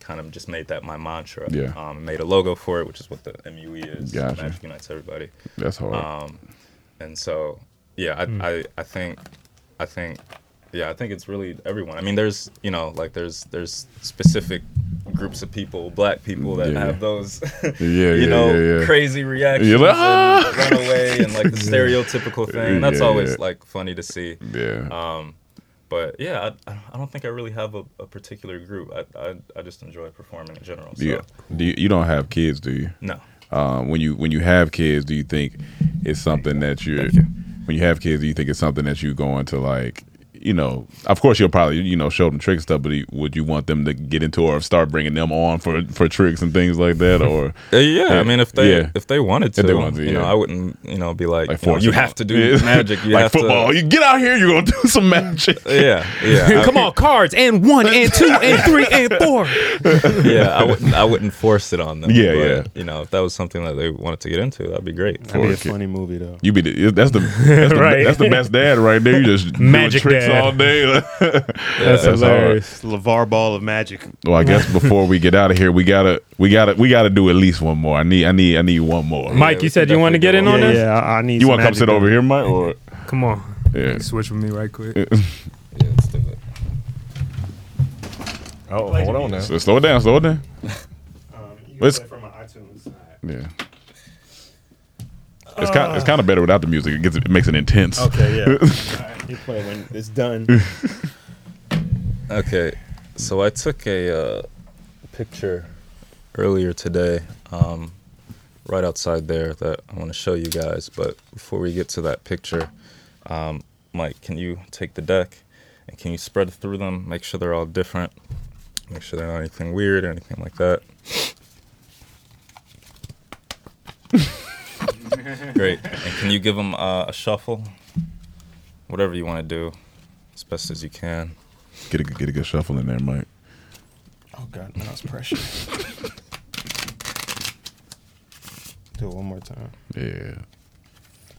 kind of just made that my mantra. Yeah. Um, made a logo for it, which is what the MUE is. Gotcha. Magic Unites Everybody. That's hard. Um, and so, yeah, I, Mm. I, I think, I think, yeah, I think it's really everyone. I mean, there's, you know, like there's, there's specific groups of people, black people that Yeah. have those, Yeah, you yeah, know, yeah, yeah. crazy reactions You're like, "Ah!" and run away and like the Yeah. stereotypical thing. That's Yeah, always yeah. like funny to see. Yeah. Um, but yeah, I- I, I don't think I really have a, a particular group. I, I, I just enjoy performing in general. So. Yeah. Do you, you don't have kids, do you? No. Um, when you when you have kids, do you think it's something that you're when you have kids, do you think it's something that you're going to like? You know, of course, you'll probably you know show them tricks and stuff, but do you- would you want them to get into or start bringing them on for for tricks and things like that? Or Uh, yeah, I mean, if they if they wanted to, if they wanted to, you know, yeah. I wouldn't, you know, be like, you, know, force you it. have to do Yeah. magic, you like have to- football. You get out here, you're gonna do some magic. Yeah, yeah. Come on, cards and one and two and three and four. yeah, I wouldn't, I wouldn't force it on them. Yeah, but, yeah. You know, if that was something that they wanted to get into, that'd be great. That'd be a Fork it. funny movie, though. You be the, that's the that's the, Right. that's the best dad right there. You just Magic doing tricks dad. all day. That's hilarious. It's LeVar Ball of magic. Well, I guess before we get out of here, we gotta we gotta we gotta do at least one more. I need I need I need one more. Mike, you said you wanted to get in on this. You want to come sit over here, Mike? Or Come on. Yeah. Switch with me right quick. Oh, hold on now. So slow it down, slow it down. It's- Yeah. It's kind it's kind of better without the music. It gets it makes it intense. Okay, yeah. Alright, you play when it's done. Okay, so I took a uh, picture earlier today, um, right outside there that I want to show you guys. But before we get to that picture, um, Mike, can you take the deck and can you spread through them? Make sure they're all different. Make sure they're not anything weird or anything like that. Great. And can you give them uh, a shuffle? Whatever you want to do, as best as you can. Get a good- get a good shuffle in there, Mike. Oh god, that was pressure. Do it one more time. Yeah.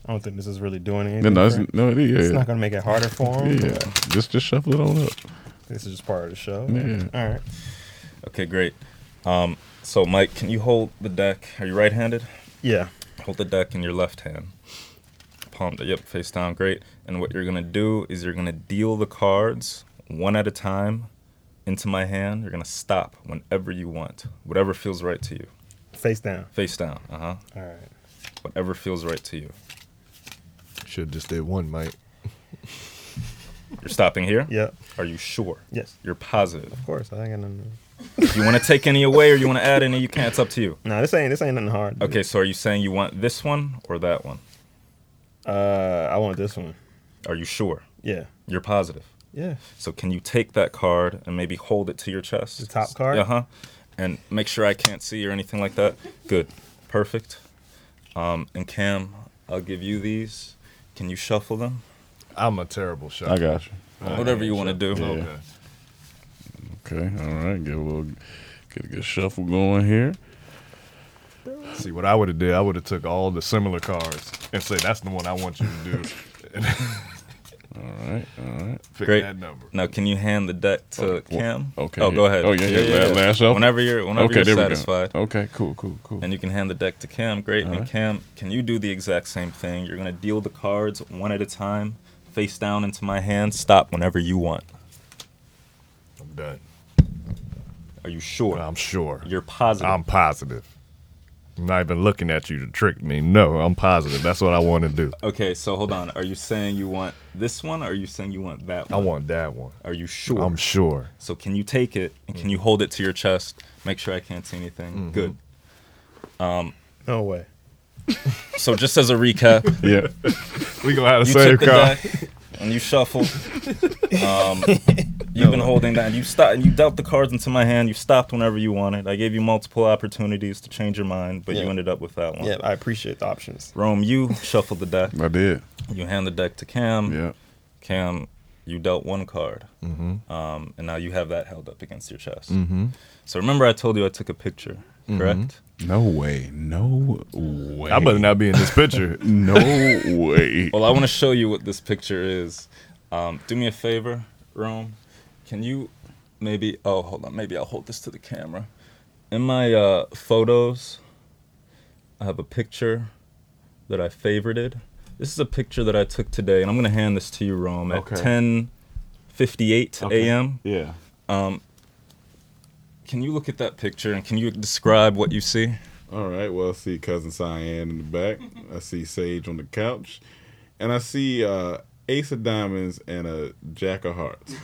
I don't think this is really doing anything. No, no, it's, for no, it is. It's not gonna make it harder for him. Yeah, but just just shuffle it on up. This is just part of the show. Yeah. All right. Okay, great. Um, so, Mike, can you hold the deck? Are you right handed? Yeah. Hold the deck in your left hand. Palm, yep, face down, great. And what you're going to do is you're going to deal the cards one at a time into my hand. You're going to stop whenever you want, whatever feels right to you. Face down. Face down, uh huh. All right. Whatever feels right to you. Should have just did one, Mike. You're stopping here? Yeah. Are you sure? Yes. You're positive? Of course. I think I know. you want to take any away or you want to add any? You can. It's up to you. No, this ain't this ain't nothing hard. Okay, so are you saying you want this one or that one? Uh, I want this one. Are you sure? Yeah. You're positive. Yeah. So can you take that card and maybe hold it to your chest? The top card? Uh huh. and make sure I can't see or anything like that. Good, perfect. Um, and Cam, I'll give you these. Can you shuffle them? I'm a terrible shuffler. I got you. Whatever you want to do. Yeah. Okay. All right. Get a little, get a good shuffle going here. See what I would have did? I would have took all the similar cards and said, "That's the one I want you to do." all right, uh, all right. Pick Great. that number. Now, can you hand the deck to Oh, wh- Cam? okay, Oh, yeah. go ahead. Oh, yeah, yeah, yeah, last shuffle? Whenever you're, whenever Okay, there you're we go. satisfied. Okay, cool, cool, cool. And you can hand the deck to Cam. Great. All and right. Cam, can you do the exact same thing? You're gonna deal the cards one at a time, face down into my hand. Stop whenever you want. I'm done. Are you sure? I'm sure. You're positive. I'm positive. I'm not even looking at you to trick me. No, I'm positive. That's what I want to do. Okay, so hold on. Are you saying you want this one? Or are you saying you want that I one? want that one. Are you sure? I'm sure. So can you take it and can you hold it to your chest? Make sure I can't see anything. Mhm. Good. Um, No way. so just as a recap, Yeah. We gonna have the you same took the card. deck and you shuffled. Um, you've been holding down. You stopped. You dealt the cards into my hand. You stopped whenever you wanted. I gave you multiple opportunities to change your mind, but Yeah. you ended up with that one. Yeah, I appreciate the options. Rome, you shuffled the deck. I did. You hand the deck to Cam. Yeah. Cam, you dealt one card. Mhm. Mm-hmm. Um, and now you have that held up against your chest. Mhm. So remember, I told you I took a picture, Mm-hmm. correct? No way. No way. I better not be in this picture. no way. Well, I want to show you what this picture is. Um, do me a favor, Rome. Can you maybe? Oh, hold on. Maybe I'll hold this to the camera. In my uh, photos, I have a picture that I favorited. This is a picture that I took today, and I'm gonna hand this to you, Rome, at Okay. 10:58 Okay. a.m. Yeah. Um, can you look at that picture and can you describe what you see? All right. Well, I see cousin Cyan in the back. I see Sage on the couch, and I see uh, Ace of Diamonds and a Jack of Hearts.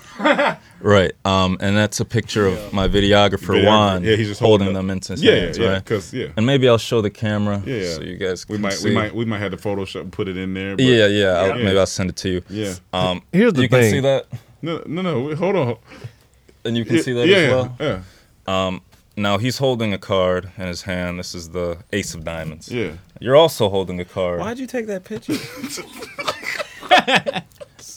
Right. Um, and that's a picture of my videographer Videographer. Juan. Yeah, he's just holding, holding them up. into his Yeah, hands, yeah, right? 'cause, yeah. And maybe I'll show the camera. Yeah, yeah. So you guys we can might see. we might we might have to Photoshop and put it in there. yeah, yeah. I'll, Maybe I'll send it to you. Yeah. Um, Here's the you thing. can see that, No, no, no. wait, Hold on. and you can Yeah, see that yeah, as well. yeah. Um, now he's holding a card in his hand. This is the Ace of Diamonds. Yeah. You're also holding a card. Why'd you take that picture?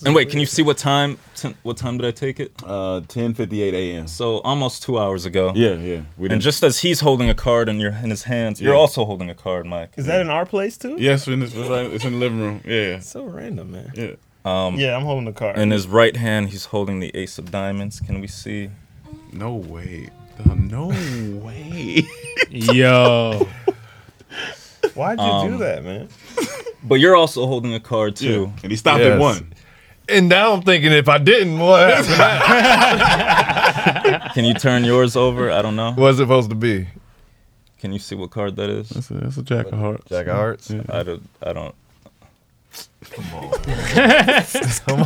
And wait, can you see what time? Ten, what time did I take it? Uh, ten fifty-eight a.m. So almost two hours ago. Yeah, yeah. We and didn't- just as he's holding a card in your in his hands, you're Yeah. also holding a card, Mike. Is that in our place too? Yes, in this, it's right- it's in the living room. Yeah. So random, man. Yeah. Um, Yeah, I'm holding the card. In his right hand, he's holding the ace of diamonds. Can we see? No way. No way. Yo. Why'd you do Um, that, man? But you're also holding a card too. Yeah, and he stopped at Yes. one. And now I'm thinking if I didn't, what happened? Can you turn yours over? I don't know. What's it supposed to be? Can you see what card that is? That's a, that's a jack of hearts. Jack of hearts? I don't. I don't. Come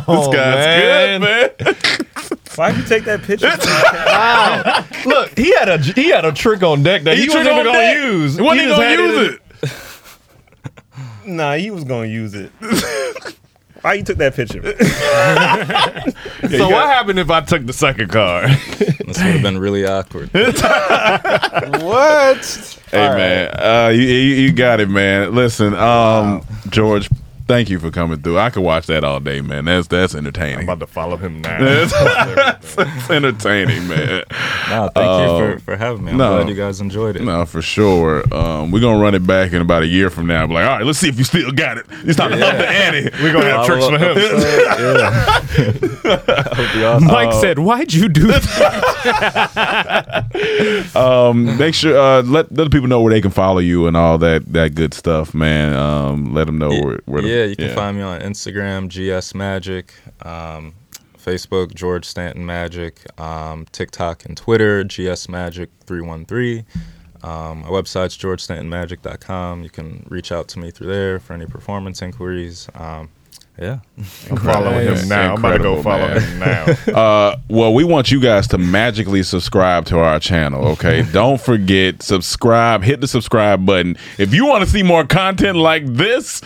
on, man. Why'd you take that picture? wow. Look, he had a he had a trick on deck that he, He wasn't trick even on gonna deck. use. He wasn't even just gonna had use in- nah, he was gonna use it. Why you took that picture? so what happened if I took the second card? this would have been really awkward. what? Hey man, uh, you, you you got it, man. Listen, um, George, thank you for coming through. I could watch that all day, man. That's that's entertaining. I'm about to follow him now. that's, that's entertaining, man. Um, Nah, thank you for, for having me. I'm glad you guys enjoyed it. No, for sure. Um, we're gonna run it back in about a year from now. Be like, all right, let's see if you still got it. It's time to Yeah. up the ante. We're gonna have tricks for him. Mike said, "Why'd you do um, make sure uh, let let the people know where they can follow you and all that that good stuff, man. Um, let them know where, where to- yeah, you can find me on Instagram, GS Magic, um, Facebook, George Stanton Magic, um, TikTok and Twitter, GS Magic 313. Um, my website's georgestantonmagic.com. You can reach out to me through there for any performance inquiries. Um, yeah. I'm following him now. I'm about to go follow him now. uh, well, we want you guys to magically subscribe to our channel, okay? Don't forget, subscribe, hit the subscribe button. If you want to see more content like this,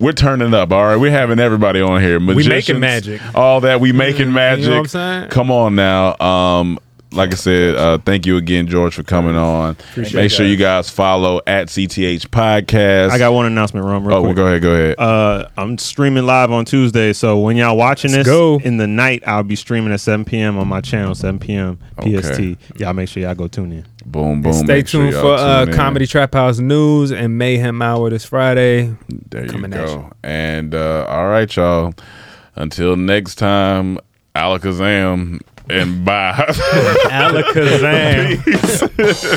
we're turning up, all right? We're having everybody on here. We making magic. Magicians, All that. We making magic. what I'm saying? Come on now. Um, like I said, uh, thank you again, George, for coming on. Appreciate Make sure that. you guys follow at CTH Podcast. I got one announcement, Rom. Real Oh, well, quick. go ahead, go ahead. Uh, I'm streaming live on Tuesday, so when y'all watching this in the night, I'll be streaming at 7 p.m. on my channel, 7 p.m. PST. Okay. Y'all make sure y'all go tune in. Boom, boom. Stay tuned for uh, Comedy Trap House News and Mayhem Hour this Friday. There you go. And uh, all right, y'all. Until next time, Alakazam and bye. Alakazam.